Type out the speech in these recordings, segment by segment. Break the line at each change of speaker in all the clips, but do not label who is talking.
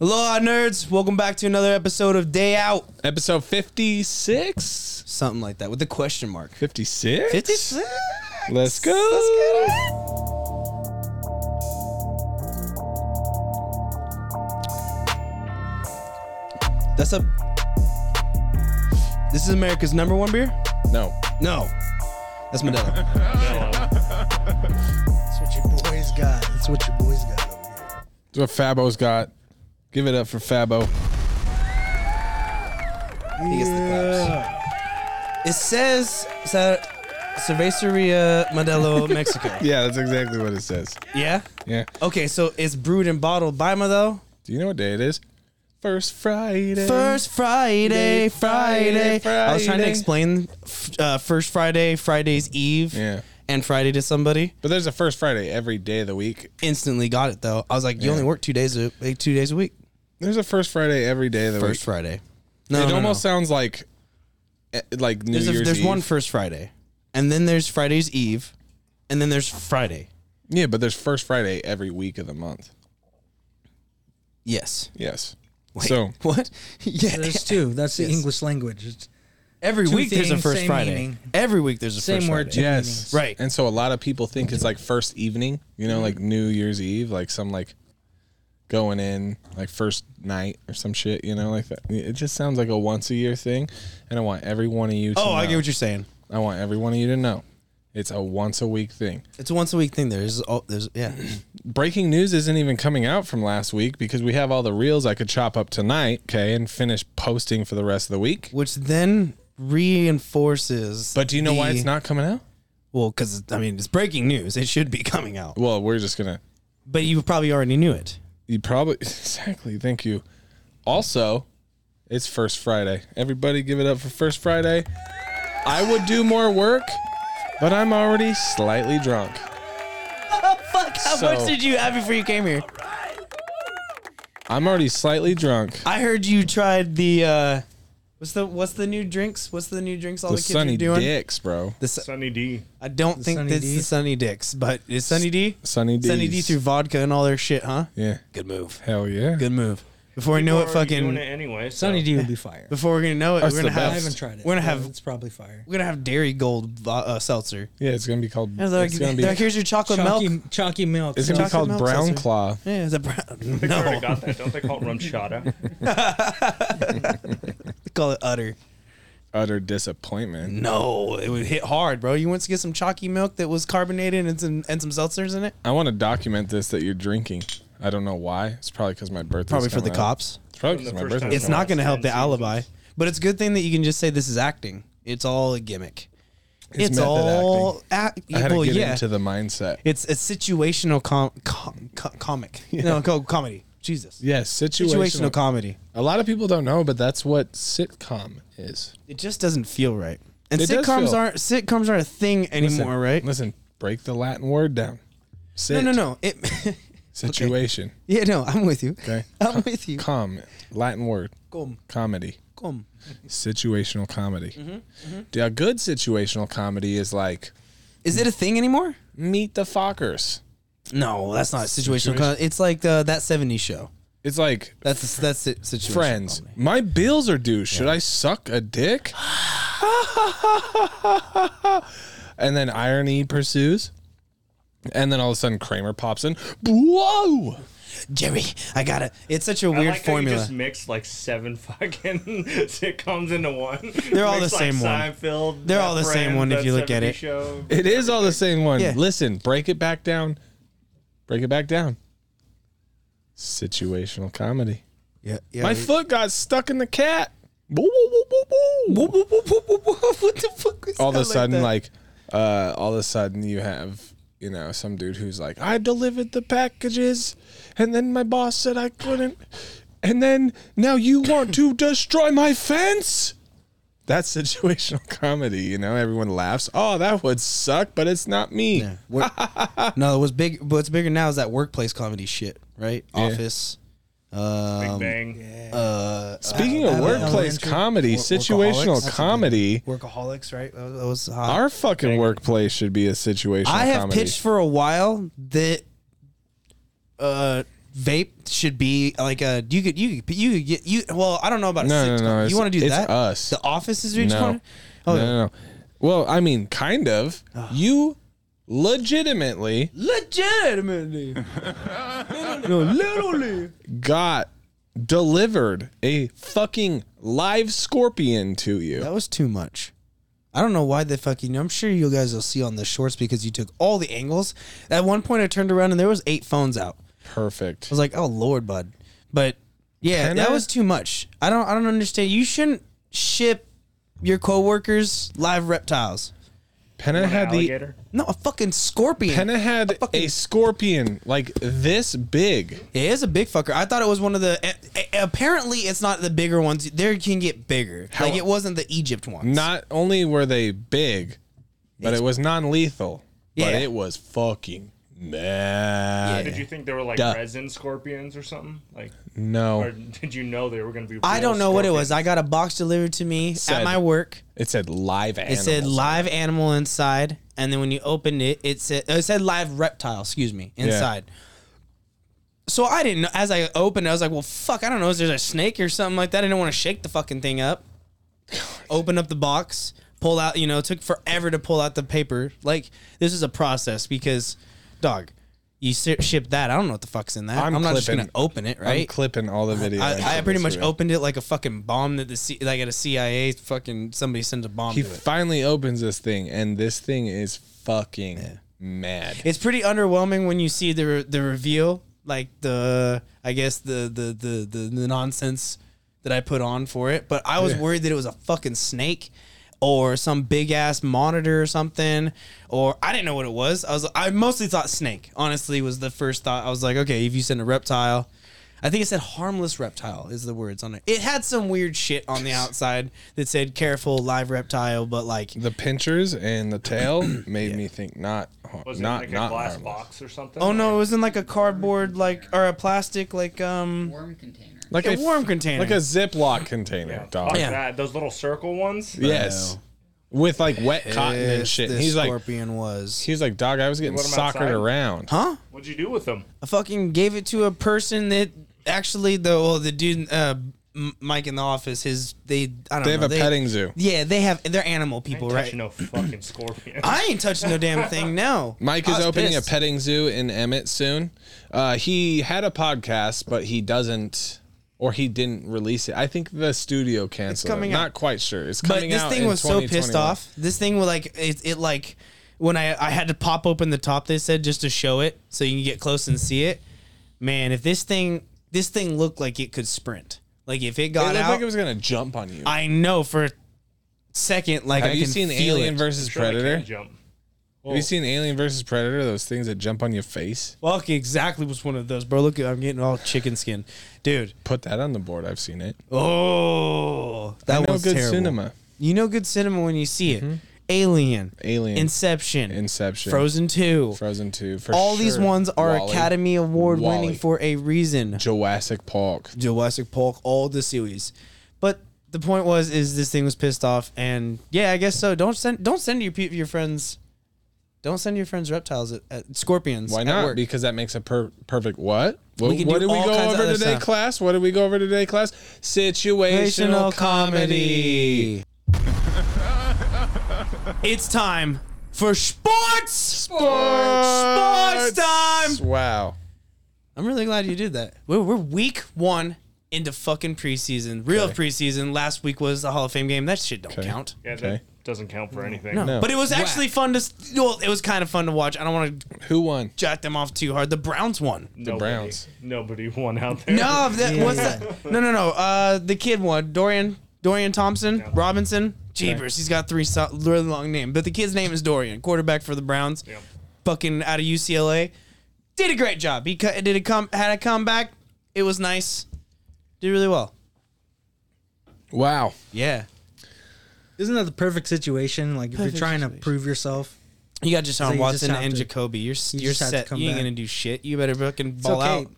Aloha, nerds. Welcome back to another episode of Day Out.
Episode 56?
Something like that with a question mark.
56?
56.
Let's go.
Let's get it. That's a. This is America's number one beer?
No.
No. That's Modelo.
That's what your boys got. That's what your boys got over here.
That's what Fabo's got. Give it up for Fabo.
he gets the claps. It says Sa- Cerveceria Modelo, Mexico.
Yeah, that's exactly what it says.
yeah?
Yeah.
Okay, so it's brewed and bottled by Modelo?
Do you know what day it is? First Friday.
First Friday, Friday,
Friday,
I was trying to
Friday.
explain f- uh, first Friday, Friday's Eve,
Yeah.
and Friday to somebody.
But there's a first Friday every day of the week.
Instantly got it though. I was like, you only work two days a eh, two days a week.
There's a first Friday every day of the
First
week.
Friday. No,
it
no,
almost
no.
sounds like eh, like New
there's a,
Year's
there's
Eve.
one first Friday, and then there's Friday's Eve, and then there's Friday.
yeah, but there's first Friday every week of the month.
Yes.
Yes.
Wait,
So
what? Yeah.
There's two. That's the
Yes.
English language. It's,
Every
two
week there's a
things,
first
same
Friday.
meaning.
Every week there's a
Same
first
word,
Friday.
two Yeah.
Yes.
meanings.
Right.
And so a lot of people think it's like first evening, you know, like New Year's Eve, like some like going in, like first night or some shit, you know, like that. It just sounds like a once a year thing. And I want every one of you to
Oh, I
know.
get what you're saying.
I want every one of you to know. It's a once a week thing.
It's a once a week thing. There's oh, there's yeah.
Breaking news isn't even coming out from last week because we have all the reels I could chop up tonight, okay, and finish posting for the rest of the week.
which then reinforces.
But do you know why
the-
it's not coming out?
Well, because I mean, it's breaking news. It should be coming out,
Well, we're just going to
but you probably already knew it.
You probably exactly. Thank you. Also, it's First Friday. Everybody, give it up for First Friday. I would do more work, but I'm already slightly drunk.
Fuck! How
So-
much did you have before you came here?
I'm already slightly drunk.
I heard you tried the. uh What's the What's the new drinks? What's the new drinks all
The
the, kids
Sunny
are doing?
Dicks, bro.
The su-
Sunny D.
I don't think
Sunny
that's
D?
the Sunny Dicks, but is Sunny D?
Sunny D.
Sunny D through vodka and all their shit, huh?
Yeah.
Good move.
Hell yeah.
Good move. Before we know it, fucking.
doing it anyway. So.
Sunny D would be fire.
Before we're gonna know it,
That's
we're gonna
the
have.
best.
I haven't tried it.
We're gonna
but
have.
It's probably fire.
We're gonna have Dairy Gold vo- uh, seltzer.
Yeah, it's gonna be called.
They're like,
It's gonna be.
they're like, here's your chocolate
Chalky
milk.
milk. Chalky milk.
It's gonna be
chocolate
called
milk
Brown
seltzer.
Claw.
Yeah, is that brown?
I already
No,
got that. Don't they call it rum chata?
they call it utter.
Utter disappointment.
No, it would hit hard, bro. You went to get some chalky milk that was carbonated and some and some seltzers in it.
I want to document this that you're drinking. I don't know why. It's probably because my birthday.
Probably for the cops.
It's probably
From
because
the
my
first
birthday.
time.
It's not going to help the
Ten
alibi, but it's a good thing that you can just say this is acting. It's all a gimmick. It's,
method
all act.
I had
well,
to get
yeah.
into the mindset.
it's a situational com- com- co- comic. No, co- comedy. Jesus.
Yes,
Situational
situational.
comedy.
a lot of people don't know, but that's what sitcom is.
It just doesn't feel right. And
It does
sitcoms
feel-
aren't sitcoms aren't a thing
Listen,
anymore, right?
Listen, break the Latin word down.
No,
Sit,
no, no. It
Situation.
Yeah, no, I'm with you.
Okay.
I'm with you.
Com. Latin word.
Come,
Comedy.
come.
Situational comedy.
Mm-hmm,
Yeah, good situational comedy is like
Is it a thing anymore?
meet the Fockers.
No, that's not situational.
Situation-
co- It's like the that '70s show.
It's like
That's that's it. Situational
friends.
comedy.
My bills are due. Should I suck a dick? and then irony pursues. And then all of a sudden Kramer pops in. Whoa!
Oh, Jerry, I gotta. It's such a
I
weird
like how you
formula.
just mixed like seven fucking sitcoms into one.
They're all
Mixed,
the
like,
same one.
Seinfeld,
They're
That
all the same
Friend,
one if
That
you look at
70
it.
Show.
It is all the same one.
Yeah.
Listen, break it back down. Break it back down. Situational comedy.
yeah, yeah.
My foot got stuck in the cat. Boo, boo, boo, boo, boo.
what the fuck?
All of a sudden, like, uh, all of a sudden, you have you know some dude who's like, I delivered the packages, and then my boss said I couldn't, and then now you want to destroy my fence. That's situational comedy, you know. Everyone laughs. Oh, that would suck, but it's not me.
no, what's big? What's bigger now is that workplace comedy shit, right? Office.
Big
Um,
Bang.
uh,
Speaking
uh,
of
uh,
workplace
Elementary.
comedy,
Wor- workaholics.
situational
That's
comedy,
workaholics, right? That was, that was hot.
our fucking workplace should be a situational
I have
comedy.
pitched for a while that uh, vape should be like a you could you could you could get you well I don't know about a
No,
sitcom.
no, no, it's-
you want to do
it's
that?
us.
The office is each
No.
corner. Oh,
no, no, no. Well, I mean, kind of. You legitimately
Legitimately. no, literally.
got delivered a fucking live scorpion to you.
that was too much. I don't know why they fucking. I'm sure you guys will see on the shorts because you took all the angles. At one point, I turned around and there was eight phones out. I
Perfect.
was like, "Oh Lord, bud," but yeah,
Kinda-
that was too much. I don't, I don't understand. You shouldn't ship your coworkers live reptiles.
Penna had the
alligator.
No, a fucking scorpion.
Penna had
fucking-
a scorpion like this big.
Yeah, it is a big fucker. I thought it was one of the. a- a- apparently, it's not the bigger ones. There can get bigger. like it wasn't the Egypt ones.
Not only were they big, but it was non-lethal. But
Yeah.
it was fucking mad.
Did you think they were like
Duh.
resin scorpions or something? Like, or
No,
did you know they were going to be?
Mm. I
real
don't know what it was.
scorpions?
I got a box delivered to me
Said-
at my work.
it said live
It
animals.
said live animal inside, and then when you opened it, it said it said live reptile. Excuse me, inside. So I didn't know. As I opened, it, I was like, "Well, fuck! I don't know. Is there a snake or something like that?" I didn't want to shake the fucking thing up. Open up the box, pull out. You know, it took forever to pull out the paper. Like this is a process because, dog, you si- ship that. I don't know what the fuck's in that. I'm,
I'm
not just
clipping.
gonna open it,
I'm
right?
clipping all the video.
I, I
until
pretty
this
much
video.
opened it like a fucking bomb that the C- like at a CIA fucking somebody sends a bomb.
He
to it.
finally opens this thing, and this thing is fucking mad.
It's pretty underwhelming when you see the re- the reveal, like the I guess the the the the, the nonsense that I put on for it. But I was
Yeah.
worried that it was a fucking snake or some big ass monitor or something, or I didn't know what it was. I was I mostly thought snake. Honestly, was the first thought. I was like, okay, if you send a reptile. I think it said harmless reptile is the words on it. It had some weird shit on the outside that said careful live reptile, but like
the pinchers and the tail made me think not har-
Was it
not
like
not
a glass
harmless.
box or something?
Oh no, it was in like a cardboard like or a plastic like um
Worm container.
like
a
f-
worm container.
like a Ziploc container,
Yeah.
dog.
Yeah.
That, those little circle ones.
Yes, with like wet cotton and
If
shit.
this
He's like,
scorpion was.
he was like, dog, I was getting
What am I
soccered
outside?
around.
Huh?
What'd you do with them?
I fucking gave it to a person that actually the well the dude uh M- Mike in the office his they I don't
They
know
have a petting zoo.
Yeah, they have they're animal
I ain't
people,
touching
right?
No fucking scorpion.
I ain't touching no damn thing. No.
Mike
I
is
was
opening
pissed.
a petting zoo in Emmett soon. Uh, he had a podcast, but he doesn't, or he didn't release it. I think the studio canceled.
coming
it.
out.
Not quite sure. It's
But
coming
this
out
thing
in
was so pissed
2021.
off. This thing was like it, it like when I I had to pop open the top they said just to show it so you can get close and see it. Man, if this thing this thing looked like it could sprint. Like if it
It
got
looked
out
like it was gonna jump on you.
I know for a second like
Have
I
you
can
seen
feel
Alien
it.
versus
Sure, they can
Predator?
Jump.
Have you seen Alien versus Predator? Those things that jump on your face.
Fuck exactly was one of those, bro. Look, I'm getting all chicken skin. Dude.
Put that on the board. I've seen it.
Oh,
I
that
know
was
good
terrible.
cinema. Mm-hmm.
You know good cinema when you see it. Alien,
Alien,
Inception,
Inception,
Frozen 2.
Frozen Two. For
all these
sure.
ones are
Wall-E,
Academy Award
Wall-E,
winning for a reason.
Jurassic Park.
Jurassic Park, all the series. But the point was, is this thing was pissed off, and yeah, I guess so. Don't send, don't send your pe- your friends, don't send your friends reptiles, at, at, scorpions.
Why
at
not?
work.
Because that makes a per- perfect what? What,
can do
what did we
all
go
kinds of
over
other
today,
stuff.
class? What did we go over today, class? Situational comedy.
it's time for sports.
Sports.
Sports time.
Wow.
I'm really glad you did that. We're, we're week one into fucking preseason, real preseason. Last week was the Hall of Fame game. That shit don't count.
Yeah,
Okay.
that doesn't count for anything.
No.
But it was actually fun to. s- Well, it was kind of fun to watch. I don't want to
Who won?
jack them off too hard. The Browns won.
The
Browns.
Nobody won out there.
No, that, what's that? No, no, no. Uh, the kid won. Dorian. Dorian Thompson. Robinson. Jeebers. He's got three so, really long name, but the kid's name is Dorian. Quarterback for the Browns.
Yep.
Fucking out of UCLA. Did a great job. He cu- did a come had a comeback. It was nice. Did really well.
Wow.
Yeah.
Isn't that the perfect situation? Like if
Perfect
you're trying
situation.
to prove yourself,
You got Deshaun
So you just
Watson
have
and
to-
Jacoby. You're
you
you're
just have to
set.
come
You ain't
back.
gonna do shit. You better fucking
it's
ball
okay.
out. That's what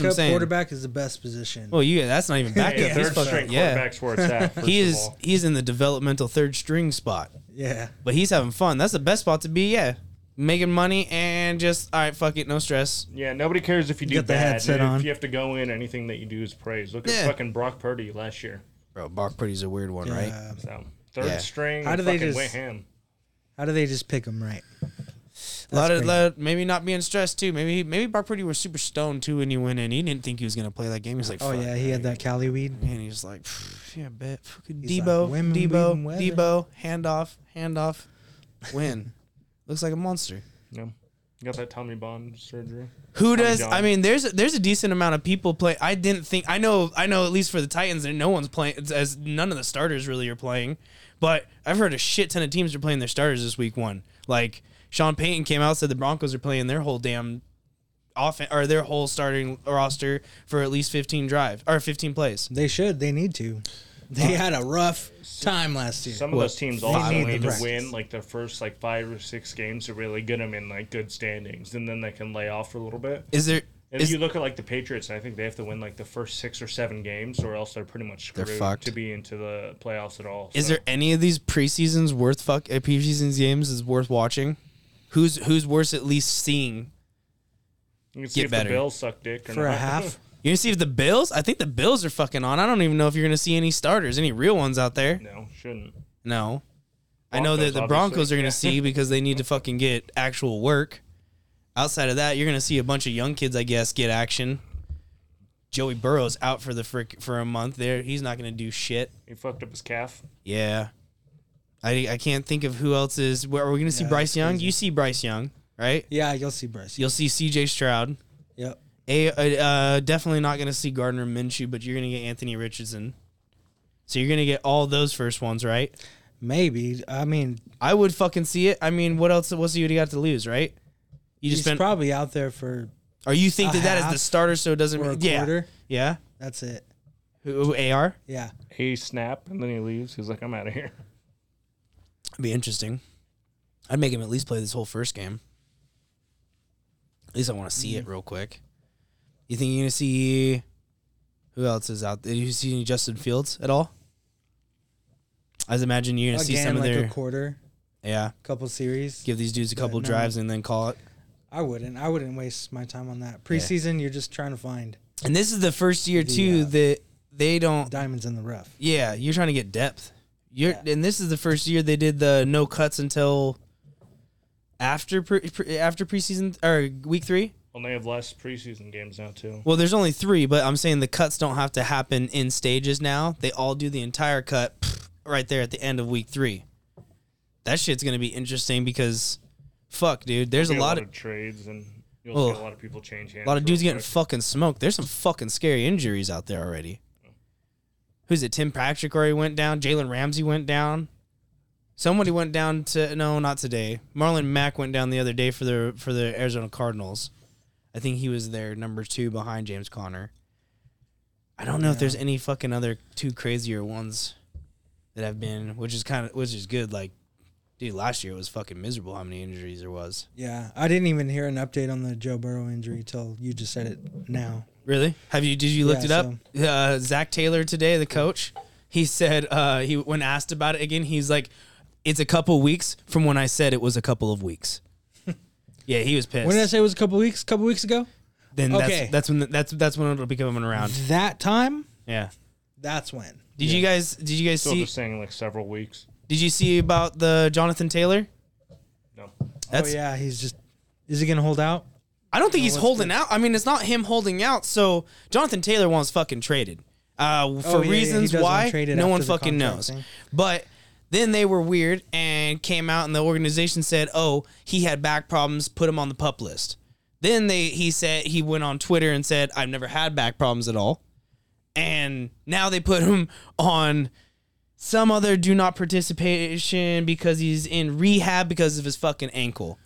I'm
Backup
saying.
quarterback is the best position.
Well, you that's not even backup.
Hey,
He's
third
fucking-
string
yeah.
quarterback's where it's at. First
He
of
is
all.
he's in the developmental third string spot,
yeah.
but he's having fun. That's the best spot to be. Yeah, making money and just all right, fuck it, no stress.
Yeah, nobody cares if you do
got the
bad.
headset
If
on.
you have to go in, anything that you do is praised. Look
Yeah.
at fucking Brock Purdy last year.
Bro, Bach Pretty's a weird one, right?
Uh,
So third
Yeah.
string.
How do they
fucking
just-
went ham?
how do they just pick them right?
A lot of
crazy.
lot of- maybe not being stressed too. Maybe maybe Brock Purdy was super stoned too when he went in. He didn't think he was gonna play that game. He's like,
Oh
fuck,
yeah, he had that Cali weed.
And he's like, "Pff, yeah, bet. Fucking
He's like,
Debo,
"Women, weeding,
Debo,
weather."
Debo, handoff, handoff, win. Looks like a monster.
No. You got that Tommy Bond surgery.
Who does?
John.
I mean, there's there's a decent amount of people play. I didn't think. I know. I know at least for the Titans, that no one's playing. it's As none of the starters really are playing. But I've heard a shit ton of teams are playing their starters this week one. Like Sean Payton came out said the Broncos are playing their whole damn offense or their whole starting roster for at least 15 drive or 15 plays.
They should. They need to. They had a rough time last year.
Some of those teams
they
also
need the
need to
practice.
win like their first like five or six games to really get them in like good standings, and then they can lay off for a little bit.
Is there?
And
is-
you look at like the Patriots, and I think they have to win like the first six or seven games, or else they're pretty much
They're
screwed
fucked.
to be into the playoffs at all.
Is
so.
there any of these preseasons worth fuck uh, preseasons games is worth watching? Who's who's worth at least seeing?
You can see
get
if
better.
the Bills suck dick or
for a
not.
half.
You gonna see if the Bills? I think the Bills are fucking on. I don't even know if you're gonna see any starters, any real ones out there.
no, shouldn't.
No. I know that the
Broncos,
Broncos are
obviously.
gonna see because they need to fucking get actual work. Outside of that, you're gonna see a bunch of young kids, I guess, get action. Joey Burrow's out for the frick for a month. There, he's not gonna do shit.
He fucked up his calf.
Yeah. I, I can't think of who else is. Where, are we going to see
Yeah,
Bryce
that's
Young?
crazy.
You see Bryce Young, right?
Yeah, you'll see Bryce.
You'll see CJ Stroud.
Yep.
A, uh, uh, definitely not going to see Gardner Minshew, but you're going to get Anthony Richardson. So you're going to get all those first ones, right?
Maybe. I mean,
I would fucking see it. I mean, what else? What's you got to lose, right? You
he's
just spent.
probably out there for
or you think
a
that that is the
half
starter, so it doesn't.
or a
yeah.
quarter.
Yeah.
That's it.
Who, who AR?
Yeah.
He snap and then he leaves. He's like, I'm out of here.
It'd be interesting. I'd make him at least play this whole first game. At least I want to see it
Mm-hmm.
real quick. You think you're gonna see who else is out there? You see any Justin Fields at all? I was imagine you're gonna see
Again,
some of
like
their
a quarter,
yeah.
couple series.
Give these dudes a couple
no.
drives and then call it.
I wouldn't. I wouldn't waste my time on that. Preseason, you're just trying to find
And this is the first year
The,
too
uh,
that they don't.
diamonds in the rough.
Yeah, you're trying to get depth. You're and this is the first year they did the no cuts until after pre, pre, after preseason or week three.
Well, they have less preseason games now too.
Well, there's only three, but I'm saying the cuts don't have to happen in stages now. They all do the entire cut pff, right there at the end of week three. That shit's gonna be interesting because, fuck, dude. There's a
Be
lot of
trades and you'll
Oh.
see a lot of people change hands.
a lot of
real
dudes getting
quick.
fucking smoked. There's some fucking scary injuries out there already. Who's it? Tim Patrick already went down. Jalen Ramsey went down. Somebody went down to no, not today. Marlon Mack went down the other day for the for the Arizona Cardinals. I think he was their number two behind James Conner. I don't know if there's any fucking other two crazier ones that have been, which is kind of which is good. Like, dude, last year was fucking miserable. How many injuries there was?
Yeah, I didn't even hear an update on the Joe Burrow injury till you just said it now.
Really? Have you? Did you looked
Yeah,
it up? Uh, Zach Taylor today, the coach, he said uh, he when asked about it again, he's like, "It's a couple weeks from when I said it was a couple of weeks." yeah, he was pissed.
When did I say it was a couple weeks? A couple weeks ago.
then
okay.
that's, that's when that's that's when it'll be coming around.
That time.
Yeah.
That's when.
Did you guys? Did you guys
Still
see?
just saying like several weeks.
Did you see about the Jonathan Taylor?
No.
That's,
oh yeah, he's just. Is he gonna hold out?
I don't think he's holding out. I mean, it's not him holding out. So Jonathan Taylor wants fucking traded uh, for
Oh, yeah, yeah, he
reasons
does want
why
traded
no
after
one
the
fucking
contract
knows.
thing.
But then they were weird and came out, and the organization said, "Oh, he had back problems. Put him on the pup list." Then they he said he went on Twitter and said, "I've never had back problems at all," and now they put him on some other do not participation because he's in rehab because of his fucking ankle.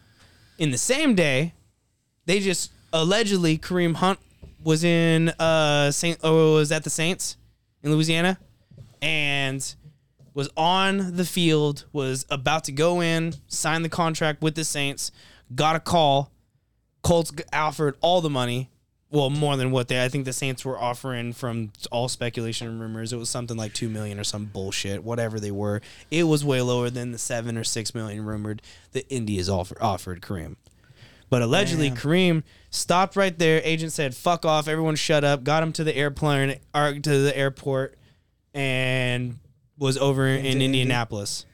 In the same day, they just allegedly Kareem Hunt was in uh Saint or was at the Saints in Louisiana and was on the field, was about to go in, sign the contract with the Saints, got a call, Colts offered all the money, well, more than what they. I think the Saints were offering from all speculation and rumors. It was something like two million or some bullshit, whatever they were. It was way lower than the seven or six million rumored that Indy has offer, offered Kareem. But allegedly, Kareem stopped right there. Agent said, "Fuck off! Everyone, shut up!" Got him to the airplane, or to the airport, and was over in
Indy.
Indianapolis.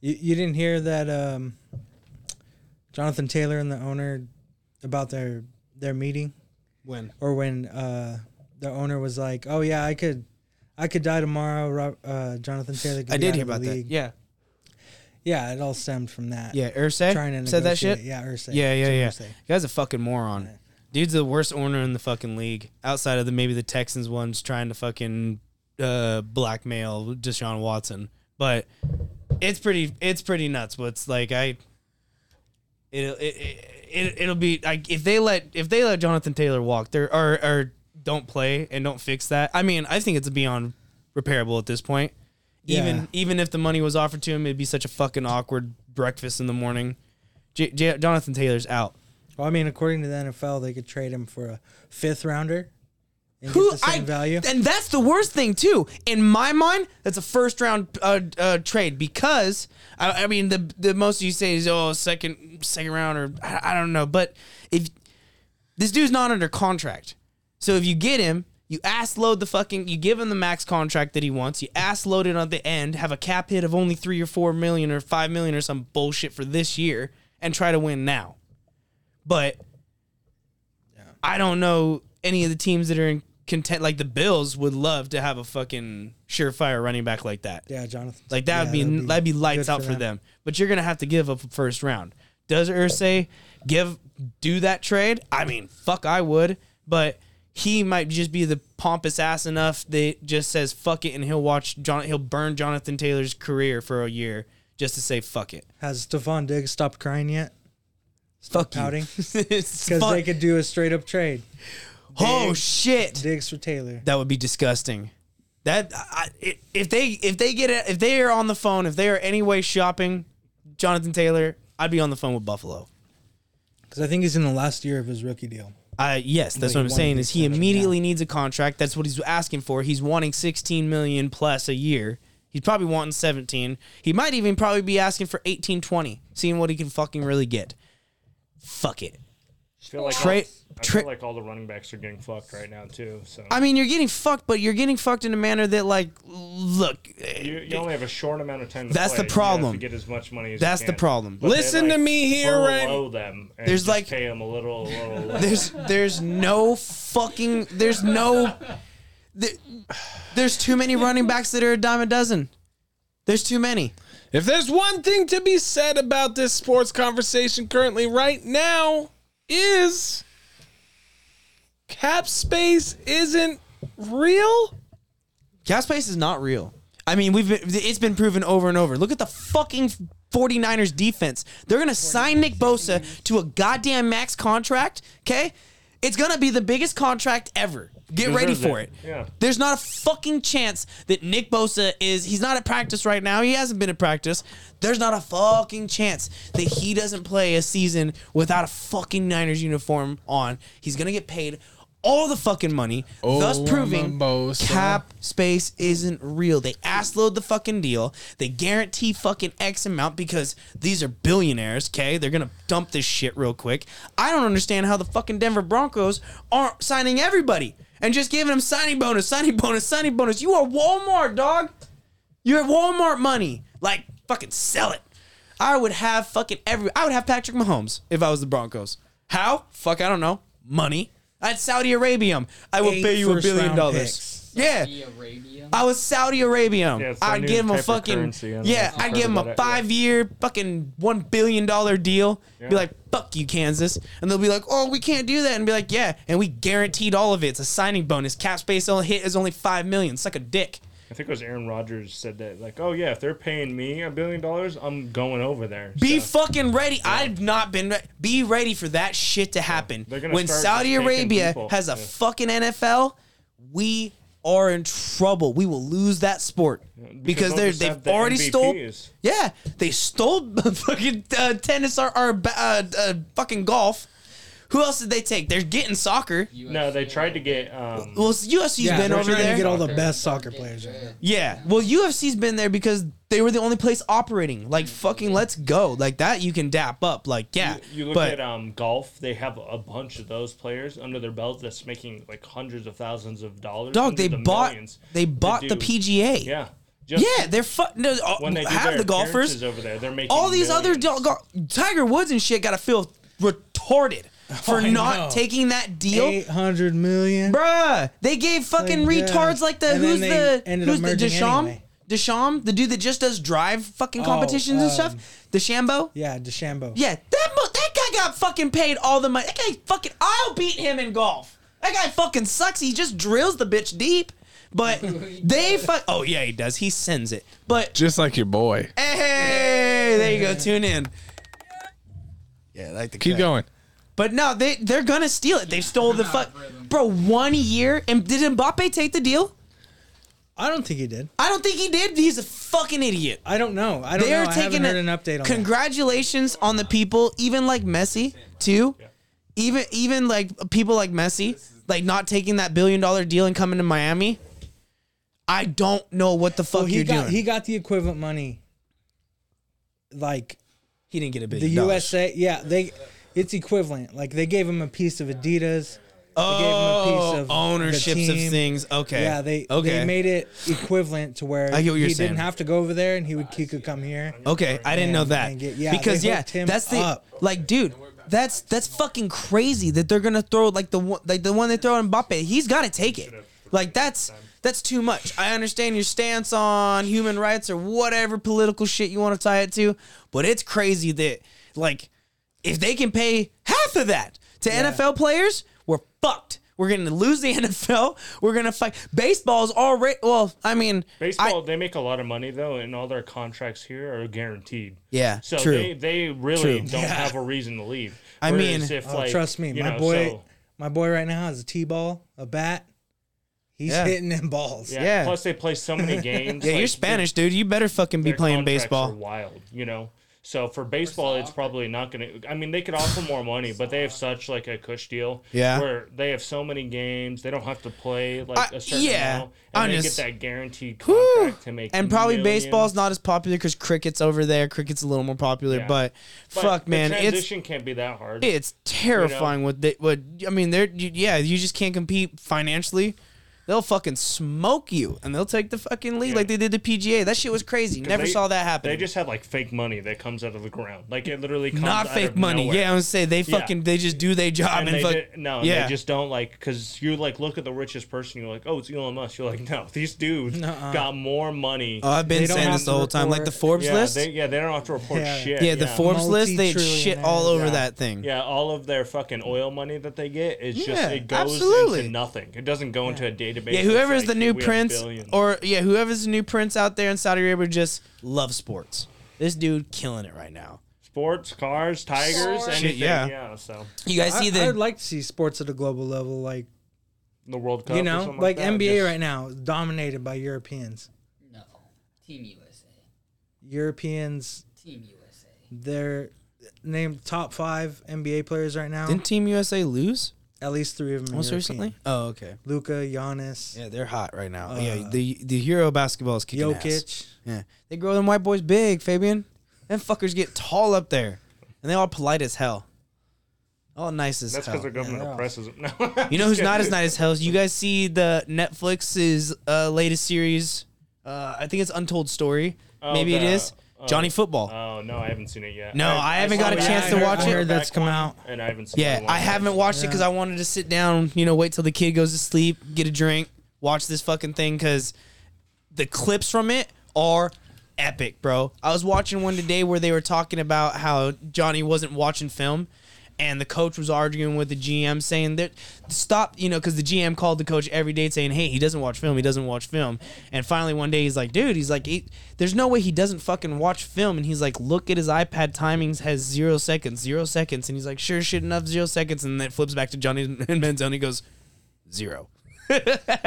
You, you didn't hear that um, Jonathan Taylor and the owner about their their meeting
When
or when uh, the owner was like, "Oh yeah, I could, I could die tomorrow." Rob, uh, Jonathan Taylor. Could
I
be
did
out
hear
of the
about that.
league.
Yeah,
Yeah, it all stemmed from that.
yeah. Ursay
trying to
said that
negotiate.
shit.
Yeah, Ursay.
Yeah, yeah,
Jim
yeah.
Irsay.
Guy's a fucking moron. Dude's the worst owner in the fucking league, outside of the maybe the Texans ones trying to fucking uh, blackmail Deshaun Watson. But it's pretty, it's pretty nuts. What's like I, it'll it, it, it it'll be like if they let if they let Jonathan Taylor walk there or or don't play and don't fix that. I mean, I think it's beyond repairable at this point. Even
Yeah.
even if the money was offered to him, it'd be such a fucking awkward breakfast in the morning. J- J- Jonathan Taylor's out.
Well, I mean, according to the NFL, they could trade him for a fifth rounder and
Who
get the same
I-
value.
And that's the worst thing too. In my mind, that's a first round uh, uh, trade because I, I mean the the most you say is oh second second round or I, I don't know, but if this dude's not under contract, so if you get him. You ass load the fucking. You give him the max contract that he wants. You ass load it on the end. Have a cap hit of only three or four million or five million or some bullshit for this year, and try to win now. But I don't know any of the teams that are in content. Like the Bills would love to have a fucking surefire running back like that.
yeah, Jonathan.
Like that would
yeah,
be,
that'd
that'd be
good
lights out for them. But you're gonna have to give up a first round. Does Ursay give do that trade? I mean, fuck, I would. But he might just be the pompous ass enough that just says fuck it, and he'll watch John. He'll burn Jonathan Taylor's career for a year just to say fuck it.
Has Stephon Diggs stopped crying yet?
Fuck
Pouting because
Because
they could do a straight up trade.
Oh shit.
Diggs for Taylor.
That would be disgusting. That I, i- if they if they get it if they are on the phone if they are any way shopping Jonathan Taylor, I'd be on the phone with Buffalo.
Because I think he's in the last year of his rookie deal.
Uh, yes, that's
Well,
what I'm
you wanna
saying.
do
Is he
something,
immediately needs a contract? That's what he's asking for. He's wanting 16 million plus a year. He's probably wanting 17. He might even probably be asking for 18, 20, seeing what he can fucking really get. Fuck it.
I feel like
Tra-
all, I
tra-
feel like all the running backs are getting fucked right now too. So
I mean, you're getting fucked, but you're getting fucked in a manner that, like, look,
you, you only have a short amount of time. To
That's the
play. You
problem.
have to get as much money. as
That's the
you can.
problem.
But they,
Listen to
like,
me here, right?
furlough them. And
There's
just
like-
pay them a little, a little. less.
There's there's no fucking there's no there, there's too many running backs that are a dime a dozen. There's too many.
If there's one thing to be said about this sports conversation currently, right now, is cap space isn't real.
Cap space is not real. I mean, we've been, it's been proven over and over. Look at the fucking 49ers defense. They're going to sign Nick Bosa to a goddamn max contract, okay? It's going to be the biggest contract ever. Get ready
deserves
for
it.
it.
Yeah.
There's not a fucking chance that Nick Bosa is he's not at practice right now. He hasn't been at practice. There's not a fucking chance that he doesn't play a season without a fucking Niners uniform on. He's going to get paid all the fucking money, thus
Oh, I'm
proving
a Bosa.
cap space isn't real. They ass load the fucking deal. They guarantee fucking X amount because these are billionaires, okay? They're gonna dump this shit real quick. I don't understand how the fucking Denver Broncos aren't signing everybody and just giving them signing bonus, signing bonus, signing bonus. You are Walmart, dog. You're Walmart money. Like, fucking sell it. I would have fucking every. I would have Patrick Mahomes if I was the Broncos. How? Fuck, I don't know. Money. I'd Saudi Arabia. I will
Eight
pay you a
first
billion
round
dollars.
picks.
Yeah.
Saudi Arabia.
I was Saudi Arabia.
Yeah, it's their
I'd
new
give him a
type of
fucking
currency, I don't
yeah.
know if
I'd
you've
give him
heard about
a
it, yeah.
five-year fucking one billion dollar deal. Be
Yeah.
like, fuck you, Kansas, and they'll be like, oh, we can't do that, and be like, yeah, and we guaranteed all of it. It's a signing bonus. Cap space only hit is only five million. Suck a dick.
I think it was Aaron Rodgers said that. Like, oh yeah, if they're paying me a billion dollars, I'm going over there.
Be
So,
fucking ready. I've not been re- be ready for that shit to happen.
They're gonna
When
start
Saudi
just taking
Arabia
people.
has a
Yeah.
fucking NFL, we are in trouble. We will lose that sport because,
they'll
they're
just
they've
have the
already stole.
MVPs.
Yeah, they stole fucking uh, tennis or, or ba- uh, uh, fucking golf. Who else did they take? They're getting soccer.
No, they tried to get. Um,
Well, UFC's
yeah,
been
we're
over
trying
there.
to get all the
Soccer.
best soccer players right now.
yeah. Well, UFC's been there because they were the only place operating. Like fucking, let's go. Like that, you can dap up. Like yeah.
you look
but
at um, golf; they have a bunch of those players under their belt that's making like hundreds of thousands of dollars.
dog,
hundreds
they
of
bought
millions
they
to
bought the
do-
PGA.
Yeah, just
Yeah, they're fu- no, uh,
When they do
half
their
the golfers
appearances over there, they're making
all these other
millions.
do- go- Tiger Woods and shit got to feel retarded for
I
not
know.
taking that deal.
Eight hundred million.
Bruh, they gave fucking
Like, yeah.
retards like the
And then
who's
they
the
ended
who's
up
the
merging
Desham
anyway.
Desham, the dude that just does drive fucking competitions and
um,
stuff. The Shambo. Yeah,
Yeah, DeChambeau.
that mo- that guy got fucking paid all the money. That guy fucking I'll beat him in golf. That guy fucking sucks. He just drills the bitch deep. But they fuck. Oh yeah, he does. He sends it. But
Just like your boy.
Hey, there you go. Tune in. Yeah, I like the
Keep
cut.
going.
But no, they they're gonna steal it. They stole the fuck, bro. One year, and did Mbappe take the deal?
I don't think he did.
I don't think he did. He's a fucking idiot.
I don't know. I don't
They
know.
are
I
taking
haven't heard
a-
an update on that.
Congratulations on the people, even like Messi too, even even like people like Messi, like not taking that billion dollar deal and coming to Miami. I don't know what the fuck
Well, he
you're
got
doing.
he
He,
got the equivalent money. Like
didn't get a
the
billion. dollars.
USA, yeah, they it's equivalent. Like they gave him a piece of Adidas. gave him a piece
Oh,
of the
ownerships of
team.
things. Okay.
Yeah, they
okay.
they made it equivalent to where
I get what you're
he
saying.
didn't have to go over there and he would he could come here.
Okay, I didn't know
And-
that.
and get- yeah,
because
they
yeah,
hooked him
that's the
up.
like, dude. That's that's fucking crazy that they're gonna throw like the one like the one they throw in Mbappe. He's got to take it. Like that's that's too much. I understand your stance on human rights or whatever political shit you want to tie it to, but it's crazy that like if they can pay half of that to NFL players, we're fucked. We're gonna lose the NFL. We're gonna fight. Baseball's already well. I mean, I-
Baseball, they make a lot of money though, and all their contracts here are guaranteed.
Yeah,
so
true.
they they really don't have a reason to leave.
I mean-
Whereas if,
Oh,
like,
trust me,
you
my
know,
boy,
so-
my boy right now has a t-ball, a bat. He's
Yeah.
hitting them balls.
yeah.
yeah.
Plus, they play so many games.
yeah,
like,
you're Spanish, dude. You better fucking be
their
playing
contracts
baseball.
Are wild, you know. So for baseball, it's probably not going to. I mean, they could offer more money, but they have such like a cush deal.
Yeah.
Where they have so many games, they don't have to play like
I-
a certain
yeah,
amount, and
I'm
they
just-
get that guaranteed
Whew.
contract to make.
and probably
millions.
baseball's not as popular because cricket's over there. Cricket's a little more popular,
Yeah.
but,
But
fuck,
the
man, it's
transition can't be that hard.
it's terrifying what they what I mean. They're you, yeah, you just can't compete financially. They'll fucking smoke you, and they'll take the fucking lead
Yeah.
like they did the PGA. That shit was crazy. Never
They-
saw that happen.
They just have like fake money that comes out of the ground. Like it literally comes
not
out
fake
of
money.
nowhere.
Yeah, I'm gonna say they
Yeah.
fucking they just do their job
And
and,
they
fuck.
did- no, and
yeah,
they just don't like because you like look at the richest person. You're like, oh, it's Elon Musk. You're like, no, these dudes got more money.
Oh, I've been
they don't
saying
have
this the
to
whole time. Like the
report-
Forbes
yeah,
list.
they, yeah, they don't have to report
Yeah.
shit.
yeah, the Forbes list. They had shit all over
Multi-trillionaire.
that thing.
Yeah, all of their fucking oil money that they get is
Yeah,
just it goes
absolutely.
into nothing. It doesn't go into a database.
Yeah, whoever
that's
is the
like,
new
we have
prince,
billions.
or yeah, whoever's the new prince out there in Saudi Arabia just loves sports. This dude killing it right now.
sports, cars, tigers, anything.
yeah.
yeah. so
You guys
I,
see
I would
the
like to see sports at a global level, like
the World Cup.
you
or
know,
something
like,
that,
NBA
just-
right now is dominated by Europeans.
No. Team USA.
Europeans,
Team USA.
they're named top five NBA players right now.
didn't Team USA lose
At least three of them. Are
most
European.
recently? Oh, okay.
Luka, Giannis,
Yeah, they're hot right now. yeah, the the hero basketball is kicking ass.
Jokic.
Yeah, they grow them white boys big, Fabian. Them fuckers get tall up there, and they all polite as hell, all nice as
That's
hell.
because their government
Yeah.
oppresses them. No,
You know who's not as nice as hell? You guys see the Netflix's uh, latest series? Uh, I think it's Untold Story.
Oh,
Maybe it
the-
is Johnny Football.
Oh no, I haven't seen it yet.
No, I haven't
saw
got a
the
chance to
back
watch
one,
it.
the
Heard that's
back
come
one,
out.
and I haven't seen. it in
yeah,
a long
I
time.
haven't watched it because I wanted to sit down, you know, wait till the kid goes to sleep, get a drink, watch this fucking thing because the clips from it are epic, bro. I was watching one today where they were talking about how Johnny wasn't watching film. And the coach was arguing with the GM, saying that stop, you know, because the GM called the coach every day saying, "Hey, he doesn't watch film. He doesn't watch film." And finally, one day, he's like, "Dude, he's like, he, there's no way he doesn't fucking watch film." And he's like, "Look at his iPad timings has zero seconds, zero seconds." And he's like, "Sure, shit enough, zero seconds." And then it flips back to Johnny and Manzoni. He goes, zero.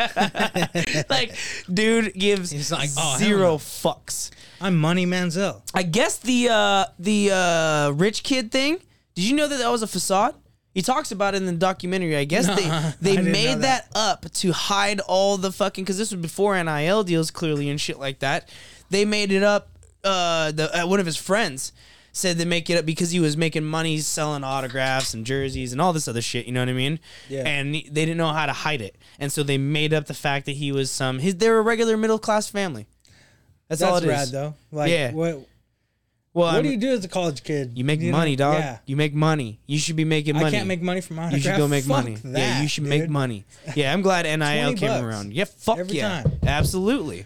like, dude gives
He's like, "Oh, hell
zero fucks.
I'm Money Manziel.
I guess the uh, the uh, rich kid thing. Did you know that that was a facade? He talks about it in the documentary. I guess
Nuh-uh.
they
I
they
didn't
made
know
that.
that.
up to hide all the fucking because this was before NIL deals clearly and shit like that. They made it up. Uh, the uh, one of his friends said they make it up because he was making money selling autographs and jerseys and all this other shit. You know what I mean?
Yeah.
And they didn't know how to hide it, and so they made up the fact that he was some. His they were a regular middle class family. That's, all it
That's
is.
rad though. Like
Yeah.
what
Well,
what
I
do
mean,
you do as a college kid?
you make
know?
money, dog.
Yeah.
You make money. You should be making money.
I can't make money from
You
autographs.
should go make
Fuck
money. yeah,
that,
you should make
dude.
money. Yeah, I'm glad NIL
20
came
bucks
around. Yeah, fuck
every
yeah.
time.
Absolutely.